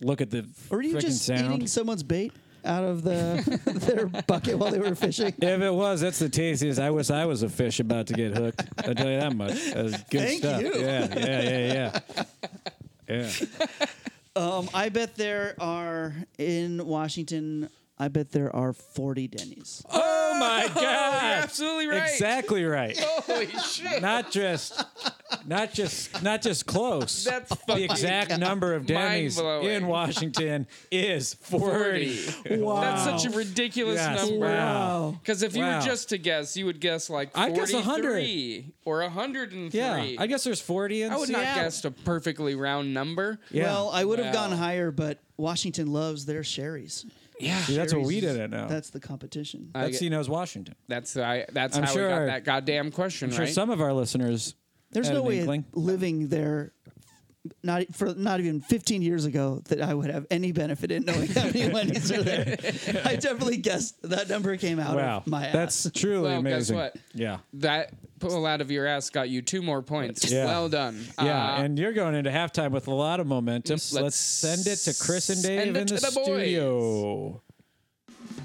Look at the Or are you frickin' just sound. eating someone's bait out of the their bucket while they were fishing? if it was, that's the tastiest. I wish I was a fish about to get hooked. I tell you that much. That was good Thank stuff. you. Yeah, yeah, yeah, yeah. Yeah. Um, I bet there are in Washington. I bet there are forty Denny's. Oh my god! absolutely right. Exactly right. Holy shit. Not just, not just, not just close. That's the fucking exact number of Denny's mind-blowing. in Washington is forty. 40. Wow. That's such a ridiculous Yes, number. Wow. Because if you Wow. were just to guess, you would guess like I'd guess 43 or 103. Yeah, I guess there's forty in I would not Seattle. guess a perfectly round number. Yeah. Well, I would have Wow. gone higher, but Washington loves their sherries. Yeah. See, that's what Sherry's we is- did it now. That's, That's the competition. I get- he knows Washington. That's I, that's I'm how we got sure- that goddamn question I'm right. sure some of our listeners. There's had no an way inkling. living there, not e, for not even 15 years ago, that I would have any benefit in knowing how many Wendy's are there. I definitely guessed that number came out Wow, of my ass. that's truly Well, guess amazing. what? Yeah. that pull out of your ass got you two more points. Yeah. Well done. Yeah, Uh, and you're going into halftime with a lot of momentum. Let's, Let's send it to Chris and send Dave it in the, to the boys. studio.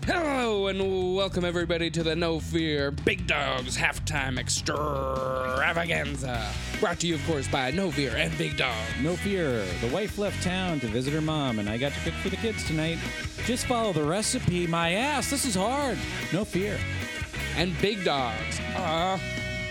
Hello and welcome everybody to the No Fear Big Dogs Halftime Extravaganza. Brought to you, of course, by No Fear and Big Dog. No fear. The wife left town to visit her mom, and I got to cook for the kids tonight. Just follow the recipe. My ass, this is hard. No fear. And Big Dogs. Ah,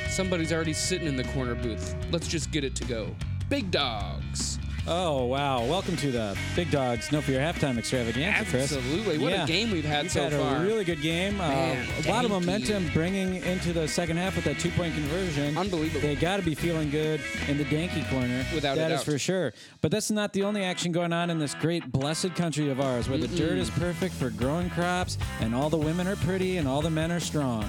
somebody's already sitting in the corner booth. Let's just get it to go. Big Dogs. Oh wow! Welcome to the Big Dogs. No for your halftime extravaganza, Chris. Absolutely. What a game we've had We've so had far. A really good game. Uh, Man, a lot of thank momentum bringing into the second half with that two-point conversion. Unbelievable. They got to be feeling good in the Danky corner. Without a That is doubt. for sure. But that's not the only action going on in this great blessed country of ours, where the dirt is perfect for growing crops, and all the women are pretty, and all the men are strong.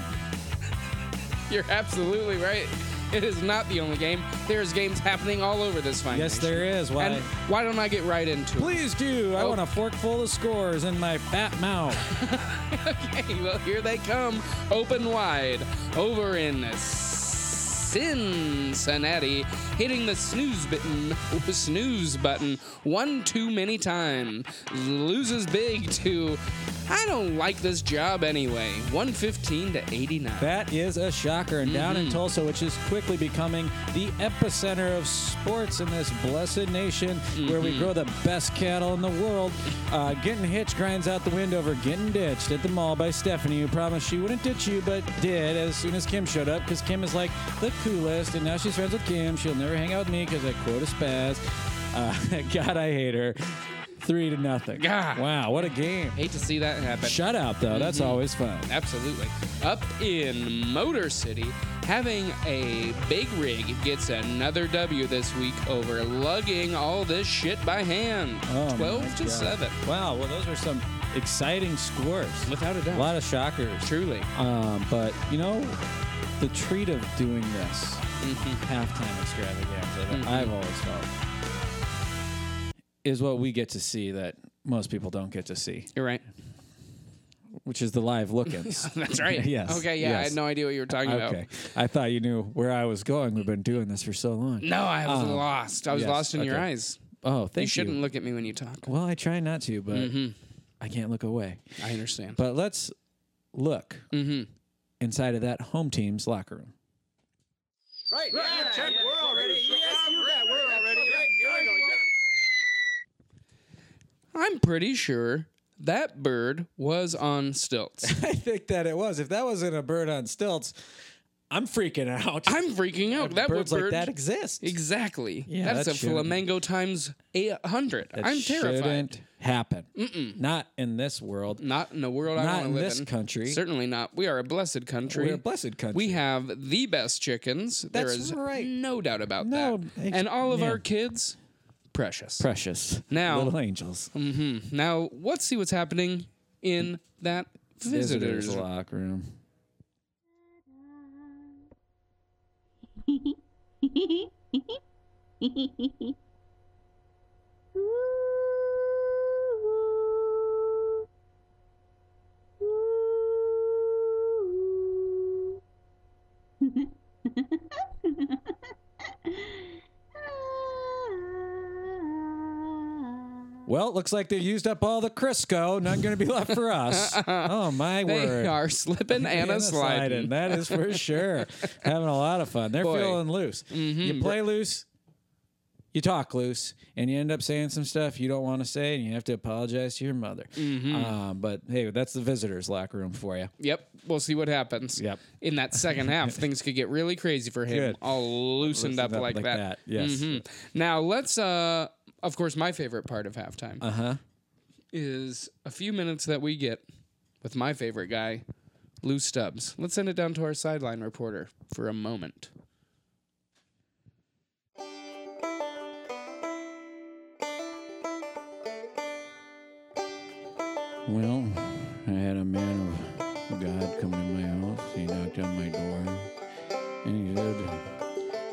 You're absolutely right. It is not the only game. There's games happening all over this final. Yes, there is. Why? And why don't I get right into it? Please do. I Oh. want a forkful of scores in my fat mouth. Okay, well, here they come, open wide, over in Cincinnati, hitting the snooze button, snooze button one too many times. Loses big to, I don't like this job anyway, 115 to 89. That is a shocker. And down in Tulsa, which is quickly becoming the epicenter of sports in this blessed nation where we grow the best cattle in the world, uh, getting hitched grinds out the wind over getting ditched at the mall by Stephanie, who promised she wouldn't ditch you, but did as soon as Kim showed up because Kim is like the coolest. And now she's friends with Kim. She'll never hang out with me because I quote a spaz. Uh, God, I hate her. Three to nothing. God. Wow, what a game. Hate to see that happen. Shutout, though. That's always fun. Absolutely. Up in Motor City, having a big rig gets another W this week over lugging all this shit by hand. Oh, 12 my to God. 7. Wow. Well, those are some exciting scores. Without a doubt. A lot of shockers. Truly. Um, but, you know, the treat of doing this Mm-hmm. halftime extravaganza that I've always felt is what we get to see that most people don't get to see, You're right. which is the live look-ins. That's right. Yes, Okay, yeah, I yes. had no idea what you were talking okay. I thought you knew where I was going. We've been doing this for so long. about. No, I was Um, lost. I was yes, lost in your okay. eyes. Oh, thank you. You shouldn't look Mm-hmm. at me when you talk. Well, I try not to, but I can't look away. I understand. But let's look Mm-hmm. inside of that home team's locker room. I'm pretty sure that bird was on stilts. I think that it was. If that wasn't a bird on stilts, I'm freaking out. I'm freaking out. That Birds was bird. like that exist. Exactly. Yeah, That's that a shouldn't- flamingo times 800. That I'm terrified. Shouldn't happen. Not in this world. Not in the world I Not want to in live this in. country. Certainly not. We are a blessed country. We're a blessed country. We have the best chickens. there That's is right. no doubt about No, that. ex- And all of yeah. our kids, precious. Precious Now- um, little angels. now, let's see what's happening in that visitors. Visitors locker room. Well, looks like they used up all the Crisco. None going to be left for us. oh my They word! are slipping and Anna a sliding. sliding. That is for sure. Having a lot of fun. They're Boy. Mm-hmm. feeling loose. You play loose, you talk loose, and you end up saying some stuff you don't want to say, and you have to apologize to your mother. Mm-hmm. Uh, but hey, that's the visitors' locker room for you. Yep. We'll see what happens. Yep. In that second half, things could get really crazy for him. Good. All loosened, up, like, that. Yes. Mhm. Now let's. Uh, of course, my favorite part of halftime Uh huh. is a few minutes that we get with my favorite guy, Lou Stubbs. Let's send it down to our sideline reporter for a moment. Well, I had a man of God come in my house. He knocked on my door and he said,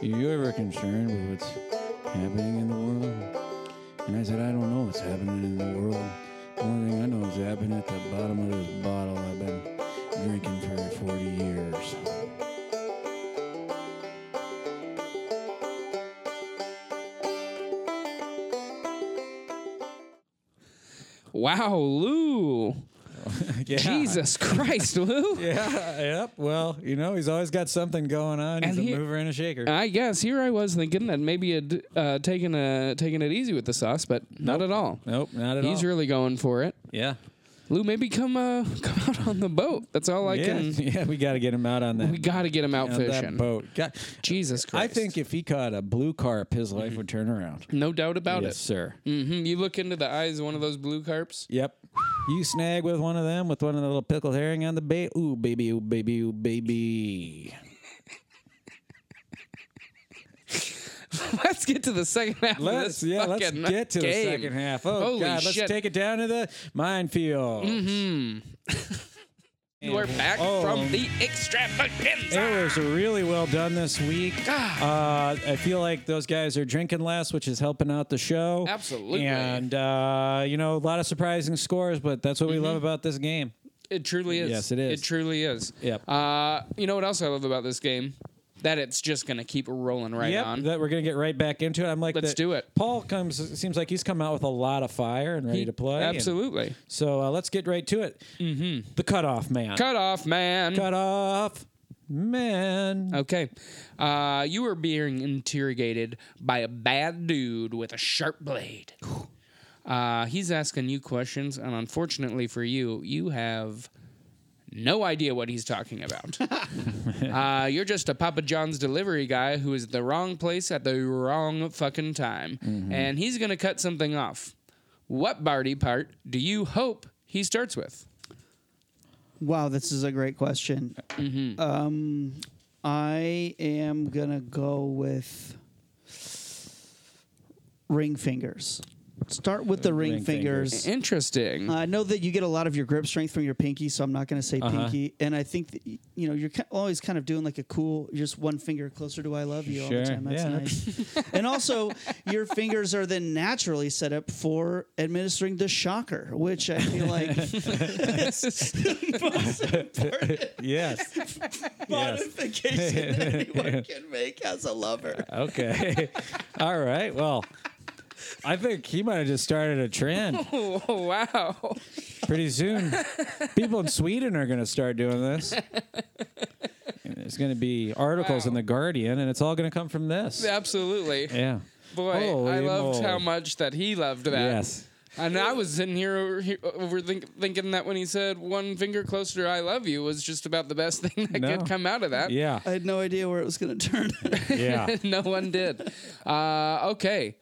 Are you ever concerned with what's happening in the world? And I said, I don't know what's happening in the world. The only thing I know is happening at the bottom of this bottle I've been drinking for 40 years. Wow, Lou! Yeah. Jesus Christ, Lou! Yeah, yep. Well, you know, he's always got something going on. He's And a he- Uh, mover and a shaker. I guess here I was thinking that maybe you'd uh, taken a taking it easy with the sauce, but not at all. nope, not at He's really going for it. yeah. Lou, maybe come uh, come out on the boat. That's all I yeah, can. yeah, we got to get him out on that. We got to get him out on fishing. that boat. God- Jesus I Christ. think if he caught a blue carp, his life would turn around. No doubt about yes, sir. it. hmm You look into the eyes of one of those blue carps. Yep. You snag with one of them, with one of the little pickled herring on the bait. Ooh, baby, ooh, baby, ooh, baby. let's get to the second half. Let's of this yeah, let's fucking get to game. the second half. Oh Holy God, let's shit. Mm-hmm. take it down to the minefield. We're back Oh. from the extravaganza. It was really well done this week. Ah. Uh, I feel like those guys are drinking less, which is helping out the show. Absolutely. And uh, you know, a lot of surprising scores, but that's Mm-hmm. what we love about this game. It truly is. Yes, it is. It truly is. Yep. Uh, you know what else I love about this game? That it's just gonna keep rolling right yep, on. that we're gonna get right back into it. I'm like, Let's that- do it. Paul comes. it Seems like he's come out with a lot of fire and ready to play. and- Absolutely. so uh, let's get right to it. Mm-hmm. The cutoff man. Cut off, man. cutoff man. Okay. Uh, you are being interrogated by a bad dude with a sharp blade. Uh, he's asking you questions, and unfortunately for you, you have no idea what he's talking about. uh, you're just a Papa John's delivery guy who is at the wrong place at the wrong fucking time, and he's going to cut something off. What Barty part do you hope he starts with? Wow, this is a great question. Um, I am gonna go with ring fingers. Start with the ring, Uh, Ring fingers. fingers. Interesting. Uh, I know that you get a lot of your grip strength from your pinky, so I'm not going to say Uh-huh. pinky. And I think that, y- you know you're ki- always kind of doing like a cool, you're just one finger closer to "I love you" all Sure, the time. That's yeah. nice. and also, your fingers are then naturally set up for administering the shocker, which I feel like Yes. yes. modification that anyone can make as a lover. Okay. All right. Well, I think he might have just started a trend. oh, wow. Pretty soon, people in Sweden are going to start doing this. And There's going to be articles in Wow. the Guardian, and it's all going to come from this. Absolutely. Yeah. Boy, I Holy loved moly. how much that he loved that. Yes. And I was sitting here over, here, over think, thinking that when he said one finger closer, to I love you was just about the best thing that No. could come out of that. Yeah. I had no idea where it was going to turn. Yeah. no one did. Uh, okay.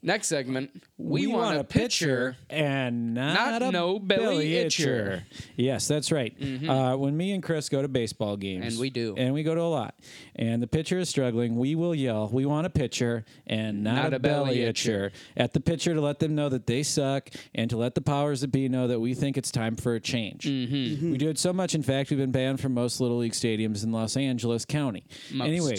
Next segment. We, want, a picture. and not, not a no belly itcher. Mm-hmm. Yes, that's right. Uh, when me and Chris go to baseball games, And we do. and we go to a lot, and the pitcher is struggling, we will yell, "We want a pitcher and not, a, belly, itcher. at the pitcher to let them know that they suck and to let the powers that be know that we think it's time for a change. We do it so much, in fact, we've been banned from most little league stadiums in Los Angeles County. Anyway.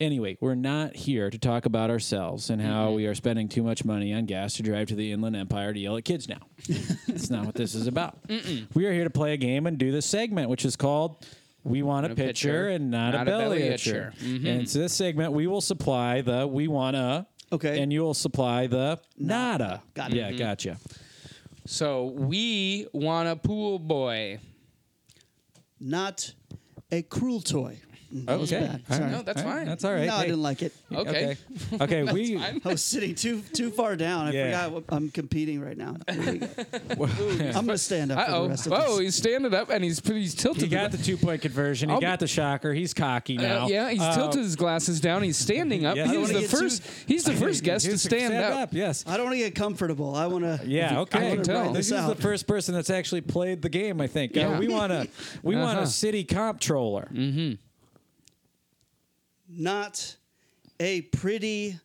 Anyway, we're not here to talk about ourselves and how we are spending too much money on gas to drive to the Inland Empire to yell at kids now. That's not what this is about. We are here to play a game and do this segment, which is called We Want a, a pitcher, Pitcher, and Not, a Belly, Mm-hmm. Itcher. And so this segment, we will supply the We Want a. Okay. And you'll supply the Nada. Got it. Mm-hmm. Yeah, gotcha. So we want a pool boy. Not a cruel toy. Mm, okay. bad. All Sorry. right. No, that's All right. fine. That's all right. No, I Hey. didn't like it. Okay. Okay, Okay, we. I was sitting too too far down. I Yeah. forgot what, I'm competing right now. Here we go. I'm gonna stand up Uh for the oh. rest of Oh, this. he's standing up and he's he's tilted. He got the two point conversion. He I'll be- got the shocker. He's cocky Uh, now. yeah, he's Uh, tilted his glasses down. He's standing up. Yeah. I He don't was wanna the get too- first. he's the first guest to he's- stand, up. Yes. I don't want to get comfortable. I want to. Yeah. Okay. can Well, tell. This This is the out. first person that's actually played the game. I think. Uh, Yeah. we want a we want Uh-huh. Mm-hmm. a city comptroller. Not a pretty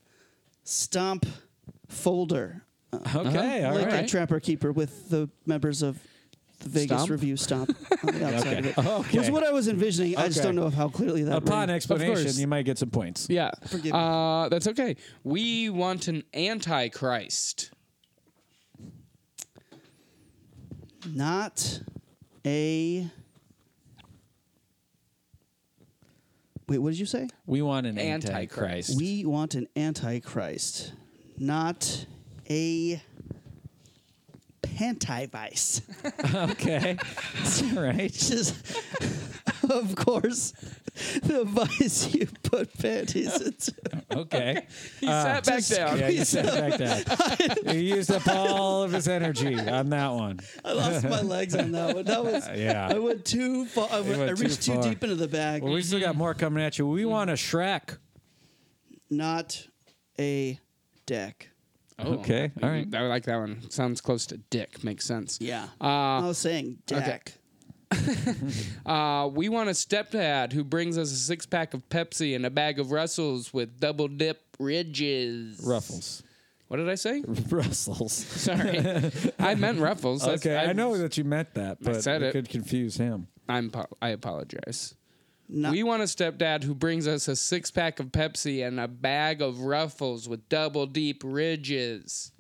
stomp folder, uh, Okay. all like right. the Trapper Keeper with the members of the Vegas Stomp? Review stomp on the outside of it. Okay. Was what I was envisioning. I just Okay. don't know how clearly that. Upon ran. explanation, course. you might get some points. Yeah. Forgive me. Uh, that's okay. We want an antichrist. not a. Wait, what did you say? We want an Antichrist. antichrist. We want an antichrist, not a pantivice. okay. all right. Which is, of course, the vice you put panties into. Okay. Uh, He sat back down. Yeah, he sat back down. he used up all of his energy on that one. I lost my legs on that one. That was Yeah. I went too far. I, went, went I too reached too, far. deep into the bag. Well, we still got more coming at you. We want a Shrek. Not a deck. Oh, Okay, all right. I like that one. Sounds close to dick. Makes sense. Yeah. Uh, I was saying deck. Uh, we want a stepdad who brings us a six pack of Pepsi and a bag of Russells with double dip ridges. Ruffles. What did I say? Russell's. Sorry, I meant Ruffles. That's- Okay, I know that you meant that, but said it it. could confuse him. I'm. po- I apologize. Not We want a stepdad who brings us a six pack of Pepsi and a bag of Ruffles with double deep ridges.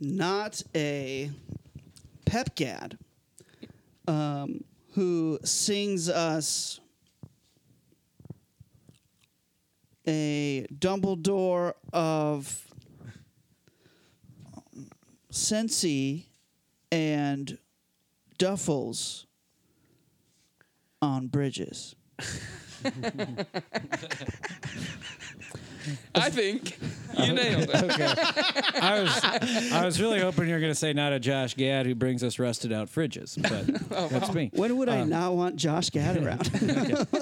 not a pepgad um, who sings us a Dumbledore of Sensi and Duffels on bridges. I think you nailed it. I was, I was really hoping you were going to say not a Josh Gad who brings us rusted out fridges, but Oh, that's me. When would I not want Josh Gad around?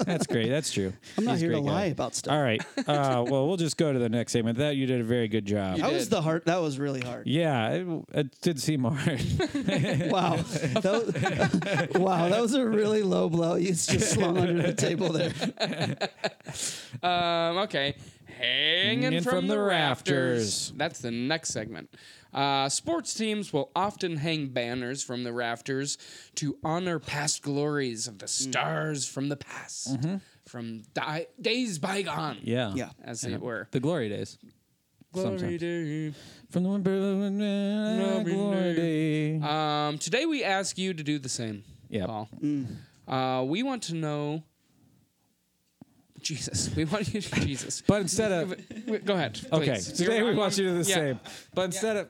That's great. That's true. I'm not He's a here to great guy. lie about stuff. All right. Uh, well, we'll just go to the next segment. That you did a very good job. You That was did. the hard. That was really hard. Yeah, it, it did seem hard. Wow. That was- wow, that was a really low blow. You just slung under the table there. Um, okay. Hanging Hanging from, from the the rafters. rafters. That's the next segment. Uh, sports teams will often hang banners from the rafters to honor past glories of the Mm-hmm. stars from the past, from di- days bygone. Yeah. Yeah. As it were. The glory days. Glory Sometimes. day. From the glory, Glory glory day. Um, today we ask you to do the same. Yep. Paul. Uh, we want to know. Jesus, we want you to Jesus. But instead of Go ahead. okay, please. today we You're- want you to do the Yeah. same. But instead of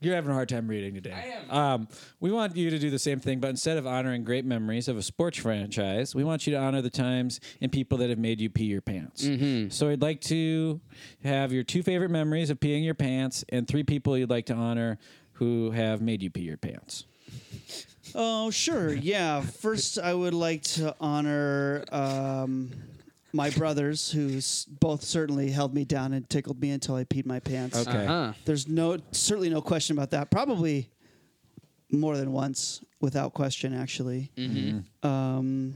you're having a hard time reading today. I am. Um, we want you to do the same thing, but instead of honoring great memories of a sports franchise, we want you to honor the times and people that have made you pee your pants. Mm-hmm. So I'd like to have your two favorite memories of peeing your pants and three people you'd like to honor who have made you pee your pants. Oh, sure. Yeah. First, I would like to honor um, my brothers, who s- both certainly held me down and tickled me until I peed my pants. Okay. Uh-huh. There's no certainly no question about that. Probably more than once, without question, actually. Mm-hmm. Um,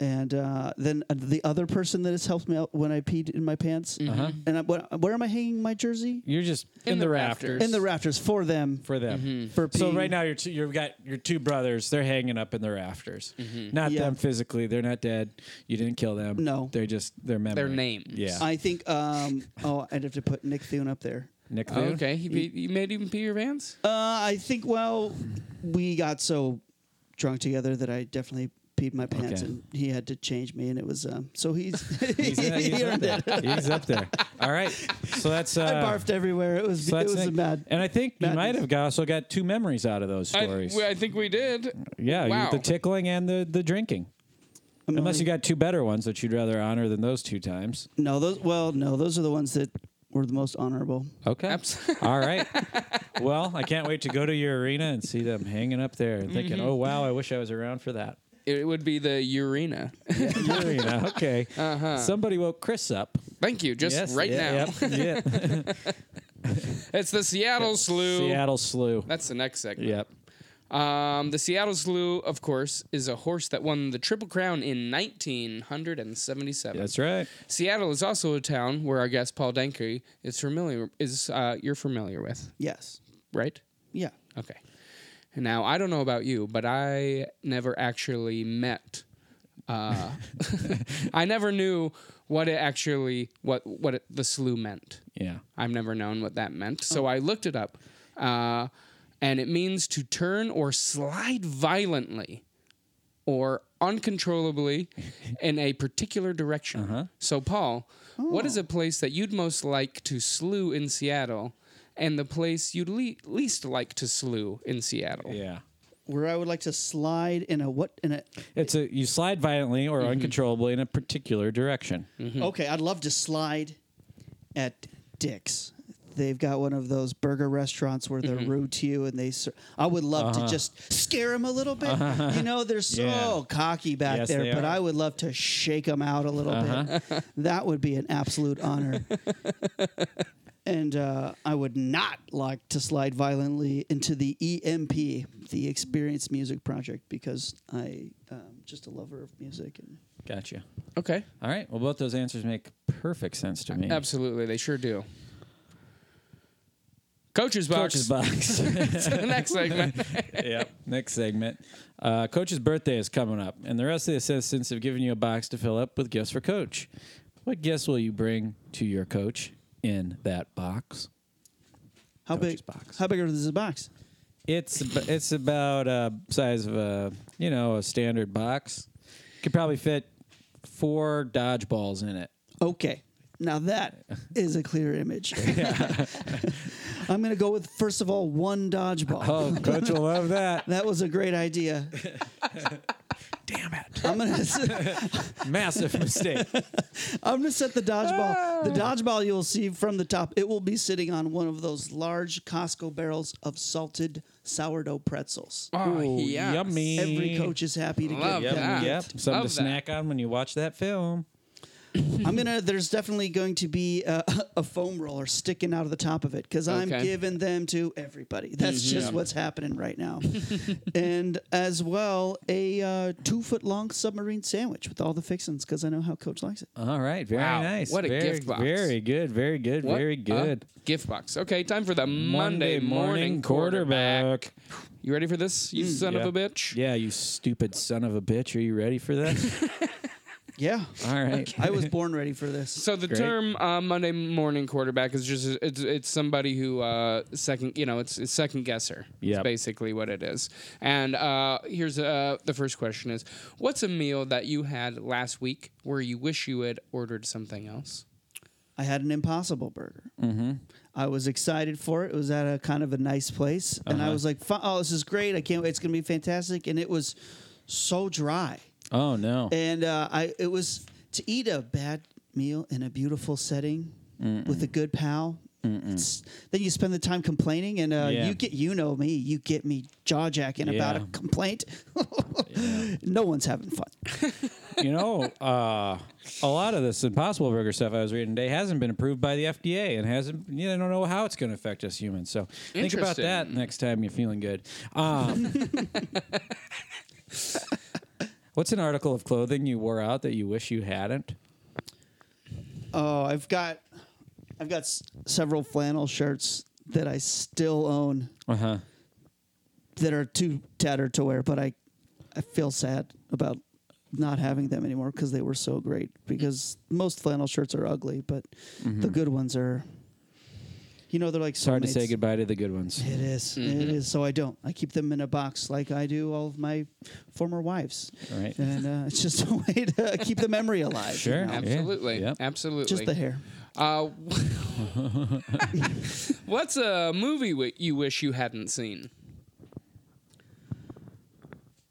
and uh, then uh, the other person that has helped me out when I peed in my pants. Mm-hmm. And I, what, where am I hanging my jersey? You're just in, the Mm-hmm. the, rafters. In the rafters for them. for them. For So peeing. right now you're two, you've got your two brothers. They're hanging up in the rafters. Mm-hmm. Not Yeah. them physically. They're not dead. You didn't kill them. No. they're just their memory. Their names. Yeah. I think. Um, oh, I'd have to put Nick Thune up there. Nick. Oh, Thune? okay, he, be, he made him pee your pants. Uh, I think. Well, we got so drunk together that I definitely peed my pants, Okay. and he had to change me, and it was. Um, so he's. He's, uh, he's he up earned there. it. He's up there. All right. So that's. Uh, I barfed everywhere. It was. So it that's was Nick. a mad. And I think you might madness. have got, also got two memories out of those I, stories. well, I think we did. yeah, you- Wow. the tickling and the the drinking. I'm Unless you only- got two better ones that you'd rather honor than those two times. No, those. Well, no, those are the ones that were the most honorable. Okay. Abs- All right. Well, I can't wait to go to your arena and see them hanging up there and thinking, Mm-hmm. oh, wow, I wish I was around for that. It would be the urina. Your arena. Okay. Somebody woke Chris up. Thank you. Just Yes. Uh-huh. right now. yeah, Yep. Yeah. It's the Seattle Slew. Seattle Slew. That's the next segment. Yep. Um, the Seattle Slew, of course, is a horse that won the Triple Crown in 1977. That's right. Seattle is also a town where our guest Paul Danke is familiar. Is uh, you're familiar with, Yes. right? Yeah. Okay. Now I don't know about you, but I never actually met. Uh, I never knew what it actually what what it, the slew meant. Yeah. I've never known what that meant, Oh. so I looked it up, uh, and it means to turn or slide violently, or uncontrollably, in a particular direction. Uh-huh. So, Paul, what Oh. is a place that you'd most like to slew in Seattle, and the place you'd le- least like to slew in Seattle? Yeah. where I would like to slide in a what in a It's a you slide violently Mm-hmm. or uncontrollably in a particular direction. Okay, I'd love to slide at Dick's. They've got one of those burger restaurants where Mm-hmm. they're rude to you, and they. Ser- I would love to just scare them a little bit. You know, they're so Uh-huh. Yeah. cocky back Yes, they there, but are. Uh-huh. I would love to shake them out a little bit. That would be an absolute honor. and uh, I would not like to slide violently into the EMP, the Experience Music Project, because I am just a lover of music. And Gotcha. Okay. All right. Well, both those answers make perfect sense to me. Absolutely, they sure do. Coach's box. Coach's box. the next segment. yep. Next segment. Uh, Coach's birthday is coming up, and the rest of the assistants have given you a box to fill up with gifts for Coach. What gifts will you bring to your coach in that box? how Coach's big? box. How big is the box? It's ab- it's about uh, size of a you know a standard box. Could probably fit four dodgeballs in it. Okay. Now that is a clear image. I'm going to go with, first of all, one dodgeball. Oh, coach will love that. That was a great idea. Damn it! I'm going to Massive mistake. I'm going to set the dodgeball. The dodgeball you'll see from the top, it will be sitting on one of those large Costco barrels of salted sourdough pretzels. Oh, Ooh, yes. yummy. Every coach is happy to Love get Yep, that. that. yep. Something Love to that. snack on when you watch that film. I'm gonna. There's definitely going to be a, a foam roller sticking out of the top of it because I'm Okay. giving them to everybody. That's just what's happening right now, and as well a uh, two foot long submarine sandwich with all the fixings because I know how Coach likes it. All right, very Wow, nice. what a very, gift box. Very good, very good, What very a good. gift box. Okay, time for the Monday, morning quarterback. You ready for this, you son Mm, Yeah. of a bitch? Yeah, you stupid son of a bitch. Are you ready for this? Yeah, All right. I was born ready for this. So the Great. term uh, Monday morning quarterback is just it's, it's somebody who uh, second you know it's, it's second guesser. Yep. It's basically what it is. And uh, here's uh, the first question is what's a meal that you had last week where you wish you had ordered something else? I had an Impossible Burger. Mm-hmm. I was excited for it. It was at a kind of a nice place, and I was like, "Fu- "Oh, this is great! I can't wait! It's gonna be fantastic!" And it was so dry. Oh no. and uh, I it was to eat a bad meal in a beautiful setting with a good pal. It's, then you spend the time complaining, and uh, Yeah. you get you know me, you get me jaw jacking about Yeah. a complaint. No one's having fun. you know, uh, a lot of this Impossible Burger stuff I was reading today hasn't been approved by the FDA and hasn't. You know, I don't know how it's going to affect us humans. So think about Interesting. that next time you're feeling good. Um, what's an article of clothing you wore out that you wish you hadn't? Oh, I've got I've got s- several flannel shirts that I still own Uh Uh-huh. huh. that are too tattered to wear, but I I feel sad about not having them anymore because they were so great. Because most flannel shirts are ugly, but the good ones are. You know, they're like Mm-hmm. It's hard to say soulmates. goodbye to the good ones. It is. It is. So I don't. I keep them in a box like I do all of my former wives. Right. And uh, it's just a way to keep the memory alive. you Sure. know? Yeah. Absolutely. Yep. Absolutely. Just the hair. Uh, what's a movie wi- you wish you hadn't seen?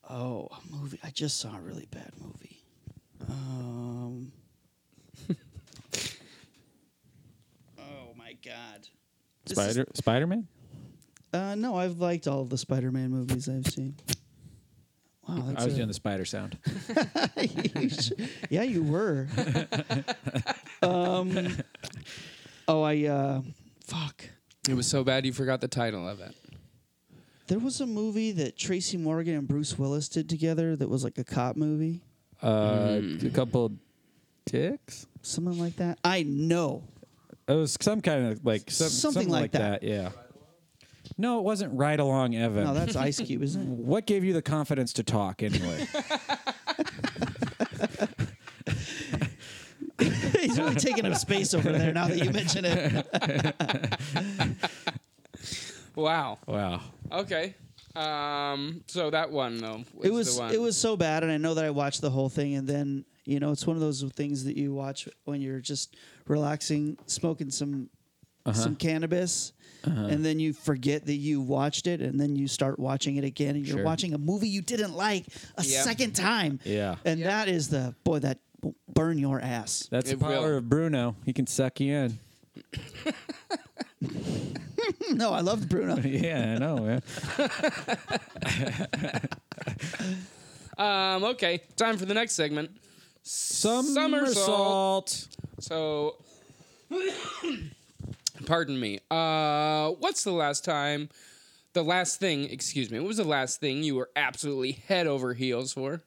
Oh, a movie. I just saw a really bad movie. Um. oh my god. This is- Spider Spider Man. uh, no, I've liked all of the Spider-Man movies I've seen. Wow, that's I was a- doing the spider sound. yeah, you were. um. Oh, I. Uh, fuck. It was so bad you forgot the title of it. There was a movie that Tracy Morgan and Bruce Willis did together that was like a cop movie, Uh, A couple dicks. something like that. I know It was some kind of like some, Something like that. Yeah. No, it wasn't right along, Evan. No, that's Ice Cube, isn't what gave you the confidence to talk anyway? it? He's really taking up space over there now that you mention it. Wow. wow. Okay. Um. So that one though. Was It was The one. it was so bad, and I know that I watched the whole thing, and then you know it's one of those things that you watch when you're just relaxing, smoking some some cannabis, and then you forget that you watched it, and then you start watching it again, and you're Sure. watching a movie you didn't like a Yeah. second time. Yeah. and Yeah. that is the boy that will burn your ass. That's It the power will. of Bruno. He can suck you in. no, I loved Bruno. Yeah, I know, man. Um, okay, time for the next segment. Some Somersault. somersault. So, pardon me. Uh, what's the last time? The last thing, excuse me. What was the last thing you were absolutely head over heels for,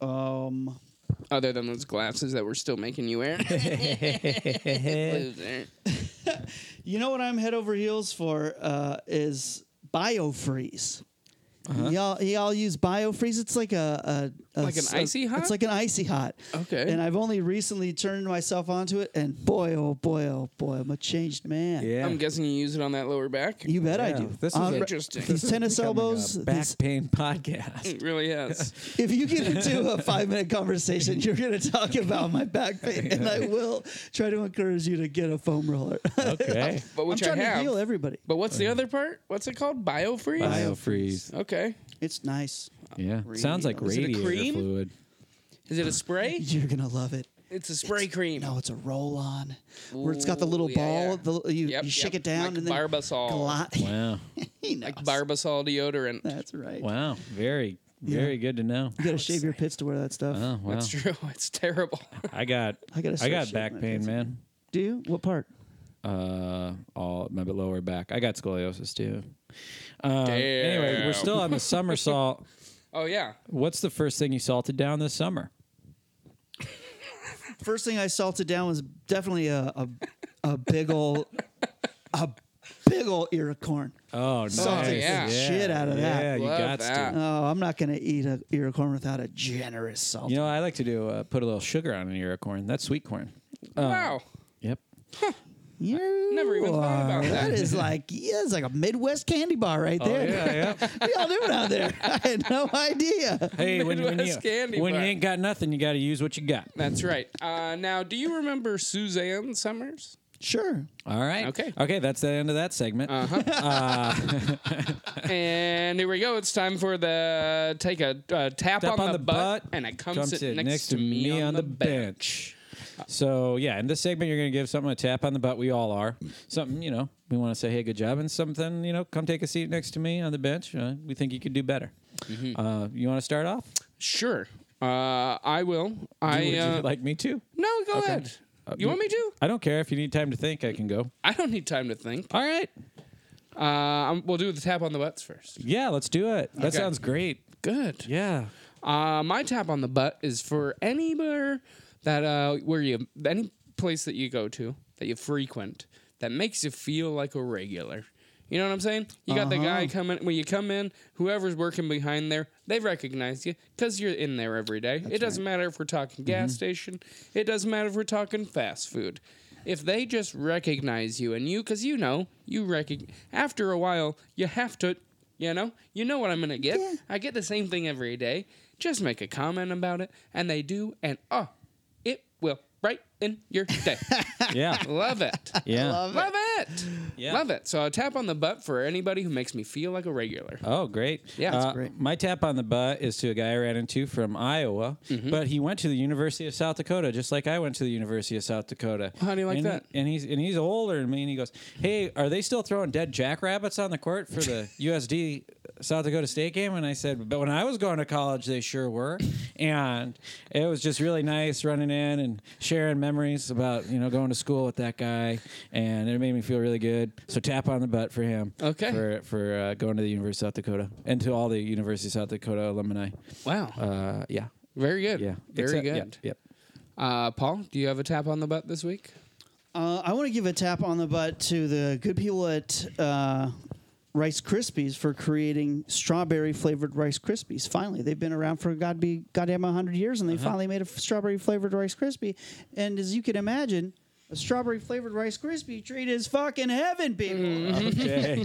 Um, other than those glasses that were still making you wear? Loser. you know what I'm head over heels for uh, is biofreeze. Y'all, y'all use biofreeze. It's like a, a, a Like an s- icy hot? It's like an icy hot. Okay. And I've only recently turned myself onto it, and boy, oh boy, oh boy, I'm a changed man. Yeah. I'm guessing you use it on that lower back. You bet I Yeah, do. this is Um, a- Interesting. These tennis Becoming a elbows. These, Back pain podcast. It really is. if you get into a five minute conversation, you're going to talk about my back pain, and I will try to encourage you to get a foam roller. Uh, Okay. But which I'm I trying to heal have. everybody. But what's the other part? What's it called? Biofreeze. Biofreeze. Okay. It's nice. Yeah. Sounds like Is it a radiator cream? fluid. Is it a spray? You're going to love it. It's a spray cream. No, it's a roll on where it's got the Ooh, little yeah, ball. yeah. The, you Yep, you shake yep. it down Like and then Barbasol. glide- Wow. he knows. Like Barbasol deodorant. That's right. Wow. Very, very good to know. You got to shave your pits to wear that stuff. Oh, wow. That's true. It's terrible. I got I I gotta got start shaving my back pain, pits man. Do you? What part? Uh, all my lower back. I got scoliosis too. Um, Damn. Anyway, we're still on the somersault. Oh yeah. What's the first thing you salted down this summer? First thing I salted down was definitely a a, a big old a big old ear of corn. Uh-huh. Oh, nice. Salted the yeah. shit out of that. Yeah, you Love got that. to. Oh, I'm not gonna eat a ear of corn without a generous salt. You know, I like to do uh, put a little sugar on an ear of corn. That's sweet corn. wow. Yep. Oh, You never even thought about are- That that. is like yeah, it's like a Midwest candy bar right Oh, there. yeah, yeah. What y'all doing out there? I had no idea. Hey, when, when, you, Midwest candy when you bar. ain't got nothing, you got to use what you got. That's right. Uh, now, do you remember Suzanne Summers? Sure. All right. Okay. Uh, Okay, that's the end of that segment. And here we go. It's time for the take a uh, tap, on, the, butt, and a come sit next, to me on, the bench. So yeah, in this segment, you're going to give something a tap on the butt. We all are. Something you know, we want to say, hey, good job, and something you know, come take a seat next to me on the bench. Uh, we think you could do better. Mm-hmm. Uh, you want to start off? Sure. Uh, I will. Would I you uh, like me too? no. Go ahead. you want me to? I don't care if you need time to think. I can go. I don't need time to think. All right. Uh, I'm, we'll do the tap on the butts first. Yeah, let's do it. That Okay. sounds great. Good. Yeah. Uh, my tap on the butt is for anywhere that uh, where you any place that you go to that you frequent that makes you feel like a regular. You know what I'm saying? You got the guy coming when you come in. Whoever's working behind there, they recognize you because you're in there every day. it doesn't matter if we're talking gas station. It doesn't matter if we're talking fast food. If they just recognize you and you, because you know you recognize. After a while, you have to you know, you know what I'm gonna get. I get the same thing every day. Just make a comment about it, and they do, and oh, it will brighten your day. Yeah. Love it. Yeah. Love it. Yeah. Love it. So a tap on the butt for anybody who makes me feel like a regular. Oh, great. Yeah. That's great. My tap on the butt is to a guy I ran into from Iowa, Mm-hmm. but he went to the University of South Dakota, just like I went to the University of South Dakota. How do you like and he- that? and he's and he's older than me, and he goes, "Hey, are they still throwing dead jackrabbits on the court for the USD South Dakota State game?" And I said, "But when I was going to college, they sure were." And it was just really nice running in and sharing memories about you know going to school with that guy, and it made me feel really good. So tap on the butt for him. Okay. For for, for uh, going to the University of South Dakota and to all the University of South Dakota alumni. Wow. Uh, yeah, very good. yeah, Very Except- yeah, good. Yep. Uh, Paul, do you have a tap on the butt this week? Uh, I want to give a tap on the butt to the good people at uh, Rice Krispies for creating strawberry flavored Rice Krispies. Finally, they've been around for god be goddamn hundred years, and they finally made a f- strawberry flavored Rice Krispie. And as you can imagine, A strawberry flavored Rice Krispie treat is fucking heaven, people. Mm. Okay.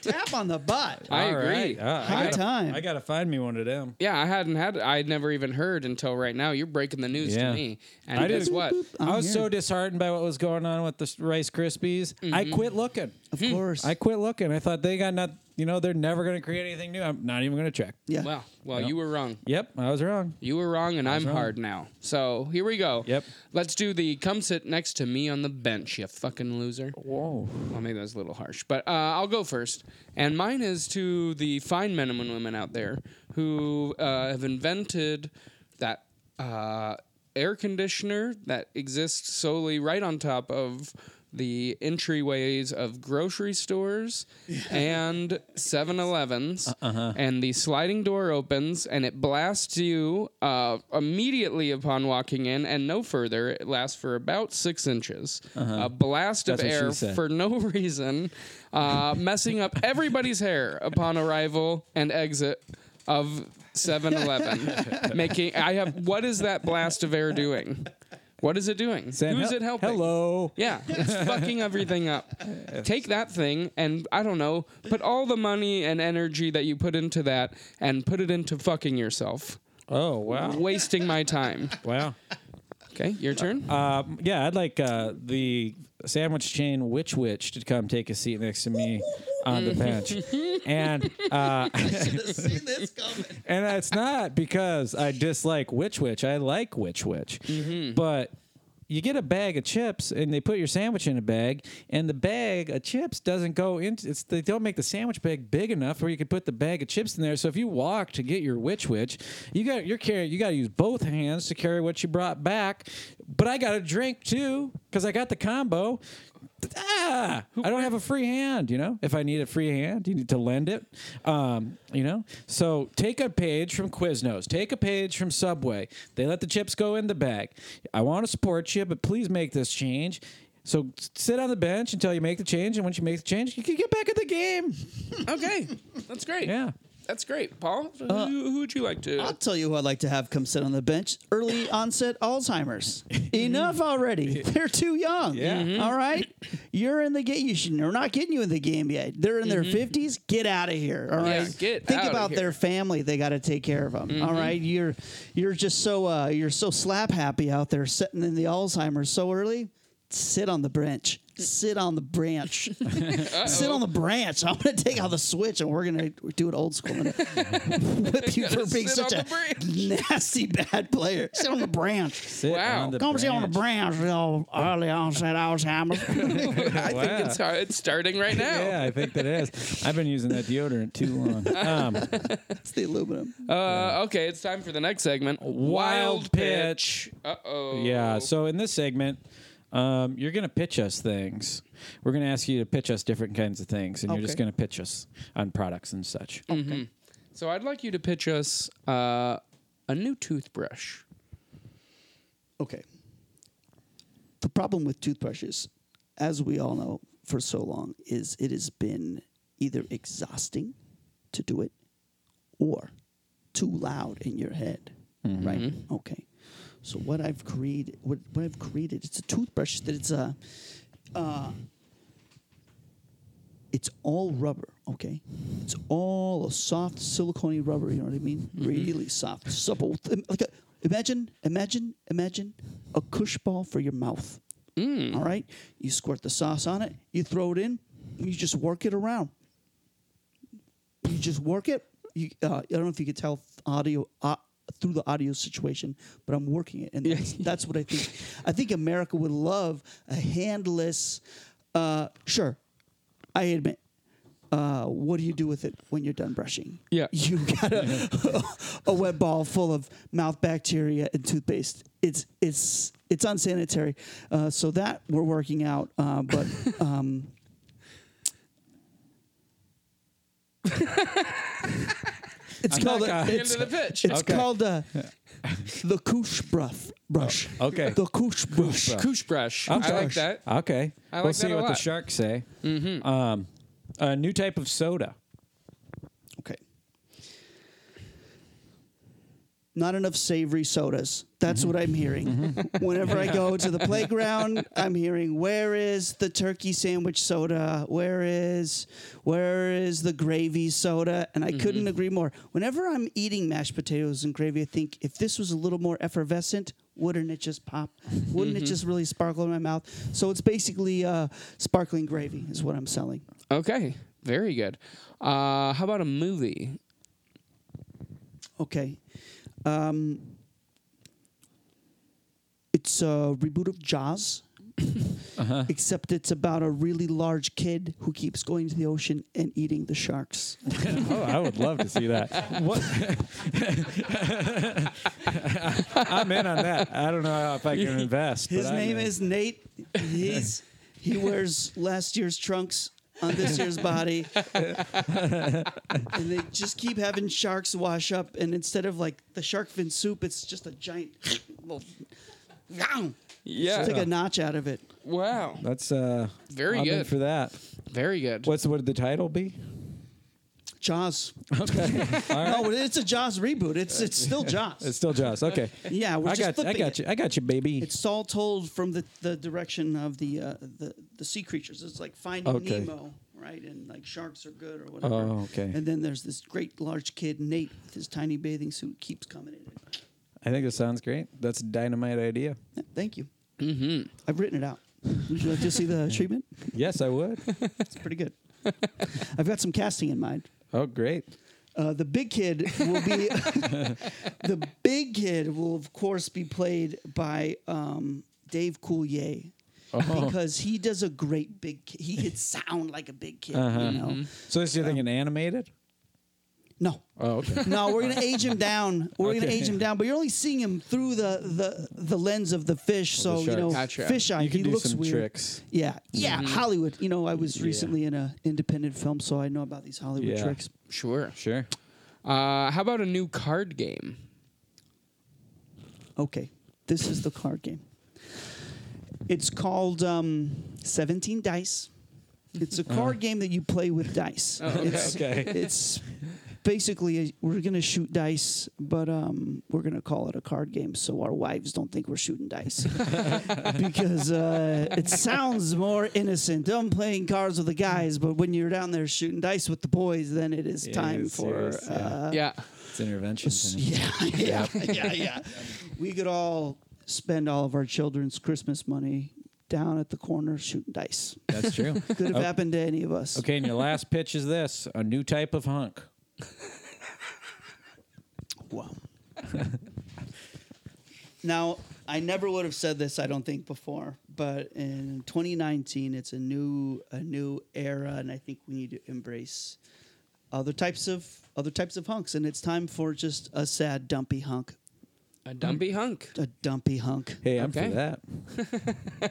Tap on the butt. I All agree. right. Uh, High I gotta, time. I gotta find me one of them. Yeah, I hadn't had. I'd never even heard until right now. You're breaking the news Yeah. to me. And I guess didn't- what? i was here. so disheartened by what was going on with the s- Rice Krispies. I quit looking. Of course. I quit looking. I thought they got not. You know, they're never gonna create anything new. I'm not even gonna check. yeah. Well, well, you were wrong. Yep, I was wrong. You were wrong, and I'm wrong. hard now. So here we go. Yep. Let's do the come sit next to me on the bench, you fucking loser. Whoa. Well, maybe that's a little harsh, but uh, I'll go first. And mine is to the fine men and women out there who uh, have invented that uh, air conditioner that exists solely right on top of the entryways of grocery stores and 7-Elevens. Uh-huh. And the sliding door opens and it blasts you uh, immediately upon walking in and no further. It lasts for about six inches. A blast of Uh-huh. That's what she air said. for for no reason, uh, messing up everybody's hair upon arrival and exit of 7 Eleven. Making, I have, what is that blast of air doing? What is it doing? Saying, Who's "Hel- it helping? Hello. Yeah, it's fucking everything up. Take that thing and I don't know, put all the money and energy that you put into that and put it into fucking yourself. Oh wow. Wasting my time. Wow. Okay, your turn. Um, yeah, I'd like uh, the sandwich chain Witch Witch to come take a seat next to me on the bench, and uh, See this coming. and it's not because I dislike Witch Witch. I like Witch Witch, but you get a bag of chips and they put your sandwich in a bag, and the bag of chips doesn't go into. It's they don't make the sandwich bag big enough where you could put the bag of chips in there. So if you walk to get your Witch Witch, you got you're carrying. You got to use both hands to carry what you brought back. But I got a drink too because I got the combo. Ah, I don't have a free hand, you know. If I need a free hand, you need to lend it, um, you know. So take a page from Quiznos, take a page from Subway. They let the chips go in the bag. I want to support you, but please make this change. So s- sit on the bench until you make the change, and once you make the change, you can get back in the game. okay, that's great. Yeah. Uh, That's great. Paul, who, who would you like to? I'll tell you who I'd like to have come sit on the bench. Early onset Alzheimer's. Enough already. They're too young. Yeah. Mm-hmm. Mhm. All right. You're in the game. You should, we're not getting you in the game yet. They're in their 50s. Get out of here. All Mm-hmm. Yeah, right. get Think outta about here. Mm-hmm. their family. They got to take care of them. right. You're you're just so uh, you're so slap happy out there sitting in the Alzheimer's so early. Sit on the branch. Mm. Sit on the branch. Sit on the branch. I'm gonna take out the switch and we're gonna do it old school. I'm gonna whip you for being sit such on a the branch. nasty bad player. Sit on the branch. Sit Wow. on the Come sit on the branch. branch, you know, early onset Alzheimer's. I Wow. think it's hard. It's starting right now. Yeah, I think that is. I've been using that deodorant too long. Um, That's the aluminum. Uh, okay, it's time for the next segment. Wild pitch. Uh oh. Yeah. So in this segment, um, you're going to pitch us things. We're going to ask you to pitch us different kinds of things, and you're just Okay. going to pitch us on products and such. Oh, So I'd like you to pitch us uh, a new toothbrush. Okay. The problem with toothbrushes, as we all know for so long, is it has been either exhausting to do it or too loud in your head. Right? Mm-hmm. Okay. So what I've created what, what I've created it's a toothbrush that it's a uh, it's all rubber, okay? It's all a soft, silicone rubber. You know what I mean? Really soft, supple. Th- Like a, imagine, imagine, imagine a cush ball for your mouth. All right, you squirt the sauce on it. You throw it in. You just work it around. You just work it. You, uh, I don't know if you could tell f- audio. Uh, through the audio situation, but I'm working it, and that's, that's what I think. I think America would love a handless. Uh, sure, I admit. Uh, what do you do with it when you're done brushing? Yeah. you got a, a wet ball full of mouth bacteria and toothpaste. It's it's it's unsanitary. Uh, so that we're working out, uh, but um, it's I'm called not a, gonna- it's, Into the pitch. it's Okay. called uh the koosh brush brush. Oh, okay. the koosh Uh, brush. Koosh brush. I like brush. that. Okay. I like we'll see that a what the lot. sharks say. Mm-hmm. Um, a new type of soda. Okay. not enough savory sodas. That's what I'm hearing. Whenever I go to the playground, I'm hearing where is the turkey sandwich soda? Where is where is the gravy soda? And I couldn't agree more. Whenever I'm eating mashed potatoes and gravy, I think if this was a little more effervescent, wouldn't it just pop? Wouldn't it just really sparkle in my mouth? So it's basically uh, sparkling gravy is what I'm selling. Okay, very good. Uh, how about a movie? Okay. Um, it's a reboot of Jaws, except it's about a really large kid who keeps going to the ocean and eating the sharks. oh, I would love to see that. What? I'm in on that. I don't know how- if I can invest. but His I'm name in. is Nate. He's he wears last year's trunks on this year's body, and they just keep having sharks wash up. And instead of like the shark fin soup, it's just a giant. Well, Yeah. take a notch out of it. wow. That's uh, Very I'm in good. for that. Very good. What's what would the title be? Jaws. Okay, all right. No, but it's a Jaws reboot. It's it's still Jaws. It's still Jaws. Okay. yeah, I we're just got, I flipping got it. you. I got you, baby. It's all told from the, the direction of the, uh, the the sea creatures. It's like Finding Okay. Nemo, right? And like sharks are good or whatever. Oh, okay. And then there's this great large kid Nate with his tiny bathing suit keeps coming in. I think this sounds great. That's a dynamite idea. Thank you. Mm-hmm. I've written it out. Would you like to see the treatment? Yes, I would. It's pretty good. I've got some casting in mind. Oh, great. Uh, the big kid will be the big kid will of course be played by um, Dave Coulier Oh. because he does a great big. Ki- he could sound like a big kid, Uh-huh. you know. So this you're thinking animated? No, Oh, okay. no, we're gonna age him down. We're gonna Okay. age him down, but you're only seeing him through the the, the lens of the fish. Of So the you know, sharks. Gotcha. fish eye. you can Uh, he do looks some weird. tricks. Yeah, yeah, Hollywood. You know, I was Yeah. recently in an independent film, so I know about these Hollywood Yeah. tricks. sure. Sure. Uh, how about a new card game? Okay, this is the card game. It's called um, 17 Dice. It's a card game that you play with dice. It's, Uh-huh. Oh, Okay. it's basically a, we're gonna shoot dice, but um, we're gonna call it a card game so our wives don't think we're shooting dice because uh, it sounds more innocent. I'm playing cards with the guys, but when you're down there shooting dice with the boys, then it is It time is for serious, yeah. uh, yeah. It's intervention. time. yeah, yeah, yeah, yeah. We could all spend all of our children's Christmas money down at the corner shooting dice. That's true. Could have happened to any of us. Okay, and your last pitch is this a new type of hunk. Wow. now, I never would have said this, I don't think, before, but in 2019, it's a new a new era, and I think we need to embrace other types of other types of hunks, and it's time for just a sad dumpy hunk, A dumpy hunk. a dumpy hunk. Hey, I'm Okay. for that.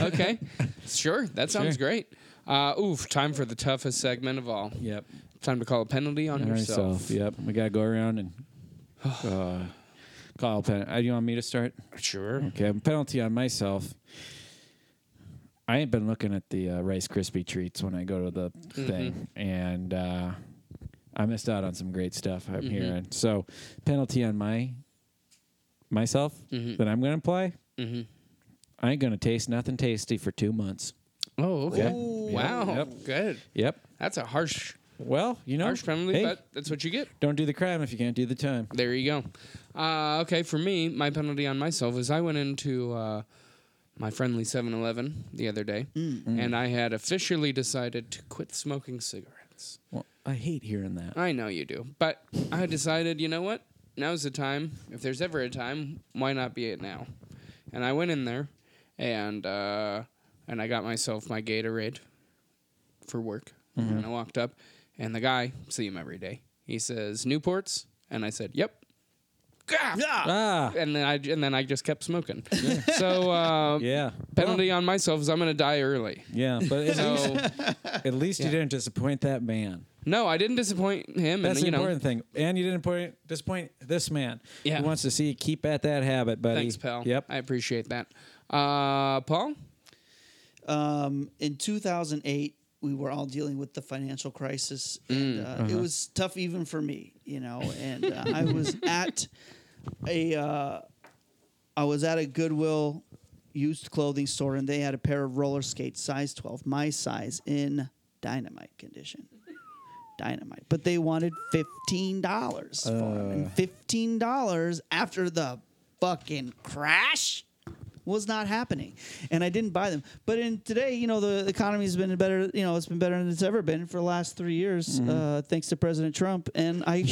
Okay. sure. That sounds great. Uh, oof. Time for the toughest segment of all. Yep. Time to call a penalty on yourself. Ourself. Yep. We gotta go around and uh, call pen. Uh, you want me to start? Sure. Okay, penalty on myself. I ain't been looking at the uh, Rice Krispie treats when I go to the Mm-hmm. thing, and uh, I missed out on some great stuff Mm-hmm. I'm hearing. So, penalty on my myself Mm-hmm. that I'm gonna play. I ain't gonna taste nothing tasty for two months. Oh, okay. Yep. Wow. Yep. Good. Yep. That's a harsh, Well, you know, harsh penalty, hey, but that's what you get. don't do the crime if you can't do the time. There you go. Uh, okay, for me, my penalty on myself is I went into uh, my friendly 7 Eleven the other day, and I had officially decided to quit smoking cigarettes. Well, I hate hearing that. I know you do, but I decided, you know what? Now's the time. If there's ever a time, why not be it now? And I went in there, and uh, and I got myself my Gatorade for work, and I walked up, and the guy, see him every day. He says Newports, and I said, yep. Gah! Ah, And then I and then I just kept smoking. So uh, yeah. penalty on myself is I'm gonna die early. Yeah, but at least, So at least you didn't disappoint that man. no, I didn't disappoint him. That's and the you know, important thing. And you didn't point, disappoint this man. Yeah. He wants to see you keep at that habit, buddy. Thanks, pal. Yep. I appreciate that. Uh, Paul? um, in 2008 we were all dealing with the financial crisis. And, uh, It was tough even for me, you know. And uh, I was at a uh, I was at a Goodwill used clothing store, and they had a pair of roller skates, size twelve, my size, in dynamite condition. Dynamite, but they wanted fifteen dollars for 'em. and fifteen dollars after the fucking crash was not happening, and I didn't buy them. But in today, you know, the economy's been better. You know, it's been better than it's ever been for the last three years, uh, thanks to President Trump. And I,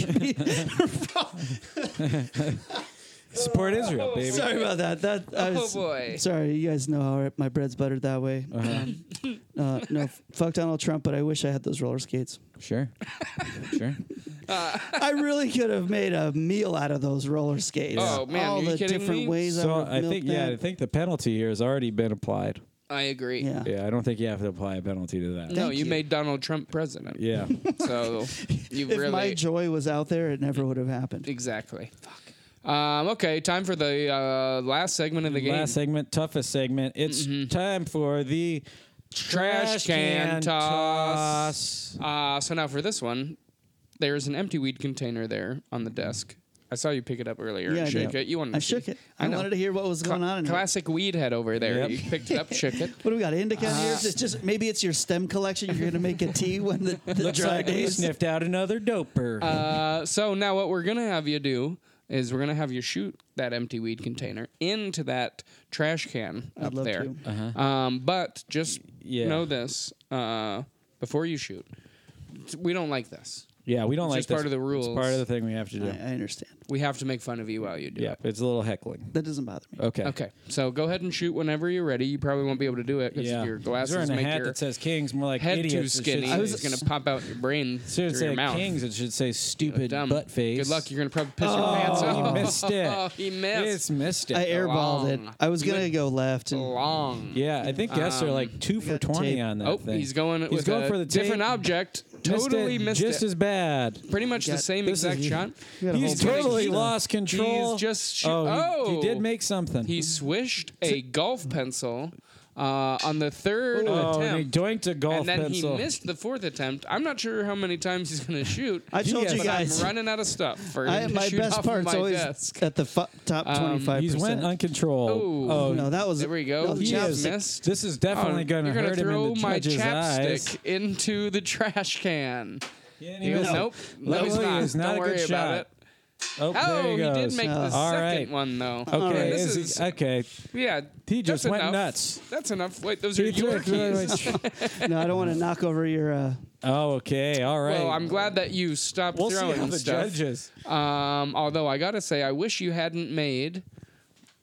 Support Israel, baby. sorry about that. That I Oh, was- boy. Sorry, you guys know how my bread's buttered that way. Um, uh, no, fuck Donald Trump, but I wish I had those roller skates. Sure. Sure. I really could have made a meal out of those roller skates. Oh, man, all are you the kidding different me? ways I So would I milk think yeah, I that. think the penalty here has already been applied. I agree. yeah. Yeah, I don't think you have to apply a penalty to that. No, Thank you, you. made Donald Trump president. Yeah. So you If really my joy was out there, it never would have happened. exactly. Um, okay, time for the uh, last segment of the game. Last segment, toughest segment. It's time for the Mm-hmm. Trash can toss. Uh, so now for this one, there is an empty weed container there on the desk. I saw you pick it up earlier Yeah, I and shake did. it. You wanted I to see. shook it. I, know. wanted to hear what was going on. In there. Classic weed head over there. Yep. You picked it up, shook it. What do we got? Indica Ah. here? It's just maybe it's your stem collection. You're gonna make a tea when the, the Looks dry like we days. sniffed out another doper. Uh, so now what we're gonna have you do is we're gonna have you shoot that empty weed container into that trash can I'd up love there. to. Um, but just Uh-huh. Yeah. know this uh, before you shoot, we don't like this. yeah, we don't like just part this. of the It's rules. part of the thing we have to do. I, I understand. We have to make fun of you while you do yeah, it. it's a little heckling. That doesn't bother me. Okay. Okay, so go ahead and shoot whenever you're ready. You probably won't be able to do it because Yeah. your He's glasses wearing a make hat your that says Kings, more like head idiots. too It should skinny. say- I was going to pop out your brain Should through say your mouth. Kings. It should say stupid Dumb. butt face. Good luck. You're going to probably piss your pants Oh, he off. missed it. Oh, he missed. It's missed it. I airballed it. Long. I was gonna go left. And long. yeah, I think guests are like two for got twenty tape. on that Oh, thing. he's going. He's with going a for the tape. different object. Missed Totally it missed just it. as bad. Pretty much the got- same this is- exact shot. got a He's whole bunch of totally stuff. lost control. He's just shoot- oh, he, he Oh! did make something. He swished a golf pencil uh, on the third oh, and he attempt. doinked a golf and then pencil. he missed the fourth attempt. I'm not sure how many times he's going to shoot. I told Yes. you but guys. I'm running out of stuff for I, him to my shoot best off of part's my always desk. at the fu- top twenty-five He's went percent. uncontrolled. Oh. oh No, that was There we go. No, He chap- is- missed. This is definitely Oh, going to you're gonna hurt him throw in the my judge's chapstick eyes. into the trash can. He didn't He even- goes, nope. No, he's Luckily, not. it's not Don't a good worry shot. about it. Oh, there Oh, he goes. did make the All second right. one though. Okay, this is he- is okay. yeah. He just that's went enough. nuts. That's enough. Wait, those are He threw your it through the keys. right- no, I don't want to knock over your. Uh, oh, okay. All right. Well, I'm glad that you stopped We'll see throwing how the stuff. judges. Um, although I gotta say, I wish you hadn't made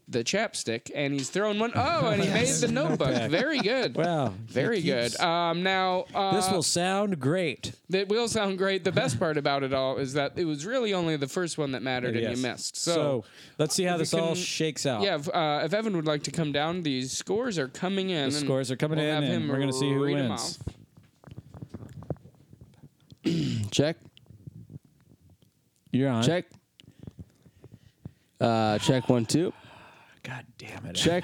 the chapstick. And he's thrown one. Oh, and he made the notebook. Very good. Wow. Very good. Um, now uh, This will sound great. That will sound great. The best part about it all is that it was really only the first one that mattered and Yes. you missed. So, So, let's see how if this you all can- shakes out. yeah, if, uh, if Evan would like to come down, these scores are coming in. The scores are coming in, and we're gonna see who wins. Check. You're on. Check. Uh, check one two. God damn it. Check.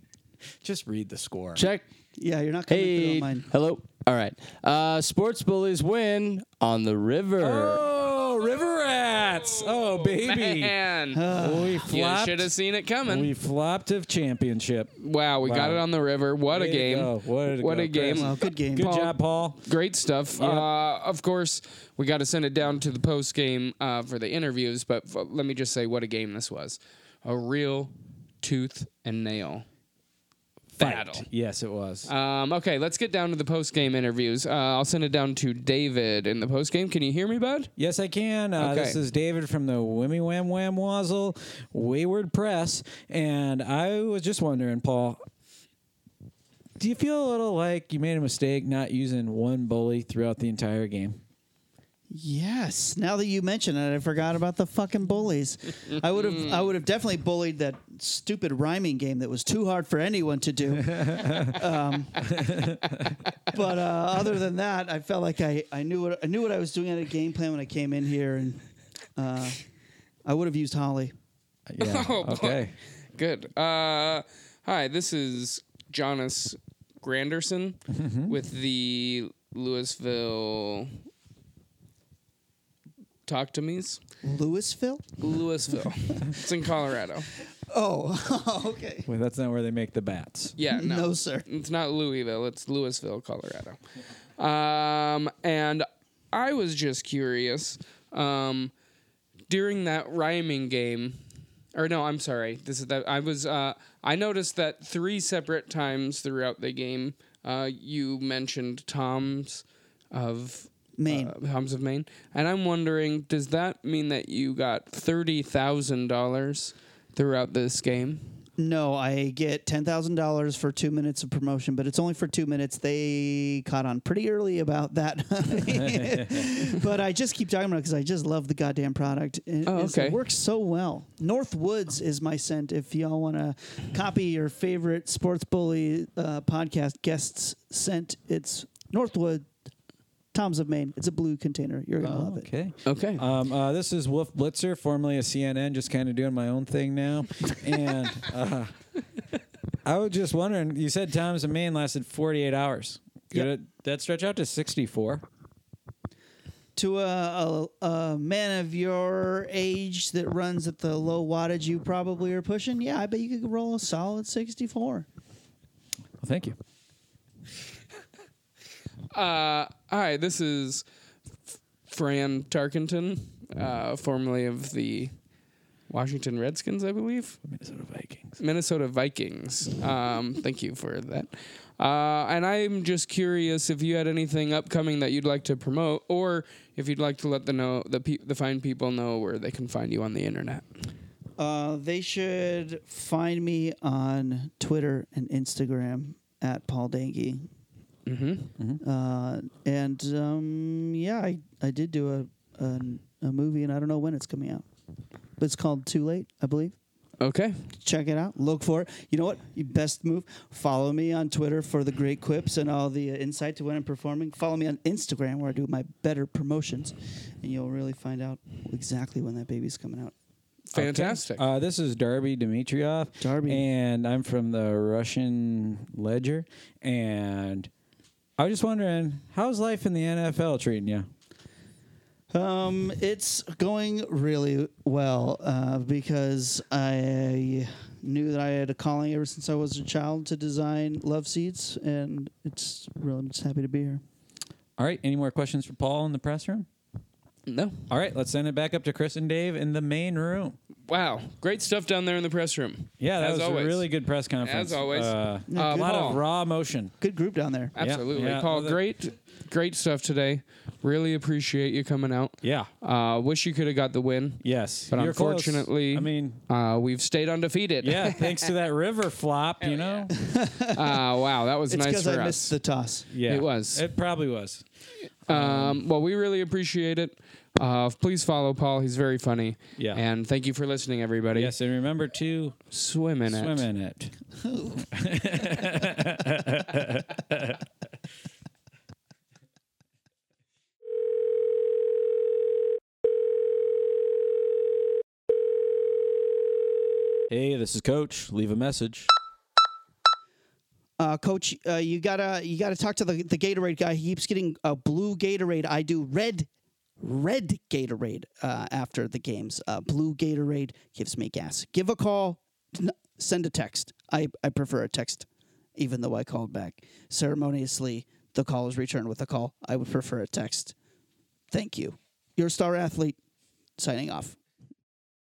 Just read the score. Check. yeah, you're not coming through Hey. on mine. Hello. All right. Uh, sports bullies win on the river. Oh, River Rats. Oh, baby. Man, We you flopped. should have seen it coming. we flopped of championship. wow, we Wow. got it on the river. What Way a to game! go. Way to what go, a game! Chris. Well, good game. Good Paul- job, Paul. Great stuff. Uh, of course, we got to send it down to the post game uh, for the interviews. But f- let me just say, what a game this was! A real tooth and nail battle. Fight. Yes, it was. Um, okay, let's get down to the post game interviews. Uh, I'll send it down to David in the post game. Can you hear me, bud? Yes, I can. Uh, This Okay. is David from the Wimmy Wham Wham Wazzle Wayward Press, and I was just wondering, Paul, do you feel a little like you made a mistake not using one bully throughout the entire game? Yes. Now that you mention it, I forgot about the fucking bullies. I would have. I would have definitely bullied that stupid rhyming game that was too hard for anyone to do. um, but uh, other than that, I felt like I, I knew what I knew what I was doing at a game plan when I came in here, and uh, I would have used Holly. Yeah. okay. Good. Uh, hi, this is Jonas Granderson with the Louisville. Talk to me's Louisville? Louisville. it's in Colorado. Oh, okay. Wait, that's not where they make the bats. Yeah, no. No, sir. It's not Louisville, it's Louisville, Colorado. Um, and I was just curious um, during that rhyming game. Or no, I'm sorry. This is that I was. Uh, I noticed that three separate times throughout the game, uh, you mentioned Tom's of Maine. uh, Tom's of Maine, and I'm wondering, does that mean that you got thirty thousand dollars throughout this game? No, I get ten thousand dollars for two minutes of promotion, but it's only for two minutes. They caught on pretty early about that, but I just keep talking about it because I just love the goddamn product. It, Oh, it's- okay. it works so well. North Woods is my scent. If y'all want to copy your favorite sports bully uh, podcast guest's scent, it's Northwood. Tom's of Maine. It's a blue container. You're gonna love it. Okay. Oh, Okay. Um, uh, this is Wolf Blitzer, formerly a CNN, just kind of doing my own thing now. and uh, I was just wondering, you said Tom's of Maine lasted 48 hours. Could Yep. it, that stretch out to 64? to a, a, a man of your age that runs at the low wattage you probably are pushing, yeah, I bet you could roll a solid 64. Well, thank you. Uh, hi, this is F- Fran Tarkenton, uh, formerly of the Washington Redskins, I believe, Minnesota Vikings. Minnesota Vikings. Um, thank you for that. Uh, and I'm just curious if you had anything upcoming that you'd like to promote, or if you'd like to let the know the pe- the fine people know where they can find you on the internet. Uh, they should find me on Twitter and Instagram at Paul Danke. Mm-hmm. Uh, and um, yeah, I, I did do a, a, a movie, and I don't know when it's coming out. But it's called Too Late, I believe. Okay. check it out. Look for it. You know what? Your best move. Follow me on Twitter for the great quips and all the uh, insight to when I'm performing. Follow me on Instagram where I do my better promotions, and you'll really find out exactly when that baby's coming out. Fantastic. Uh, this is Darby Dimitrioff. Darby. And I'm from the Russian Ledger. And I was just wondering, how's life in the NFL treating you? Um, it's going really well uh, because I knew that I had a calling ever since I was a child to design love seats, and it's really I'm just happy to be here. All right. Any more questions for Paul in the press room? no. All right. Let's send it back up to Chris and Dave in the main room. Wow. Great stuff down there in the press room. Yeah, that As was always. a really good press conference. As always. Uh, Yeah, a good lot call. of raw emotion. Good group down there. Absolutely, Yeah, Paul. well, the- great, great stuff today. Really appreciate you coming out. Yeah. Uh, wish you could have got the win. Yes. But You're close. unfortunately, I mean, uh, we've stayed undefeated. yeah, thanks to that river flop, you know? uh, wow, that was It's nice because for I missed us. the toss. Yeah. It was. It probably was. um, well, we really appreciate it. Uh, please follow Paul. He's very funny. Yeah. And thank you for listening, everybody. Yes, and remember to Swim in it. swim in it. Hey, this is Coach. Leave a message. Uh, coach, uh, you gotta you gotta talk to the, the Gatorade guy. He keeps getting uh, blue Gatorade. I do red, red Gatorade uh, after the games. Uh, blue Gatorade gives me gas. Give a call, n- send a text. I, I prefer a text, even though I called back ceremoniously. The call is returned with a call. I would prefer a text. Thank you. Your star athlete, signing off.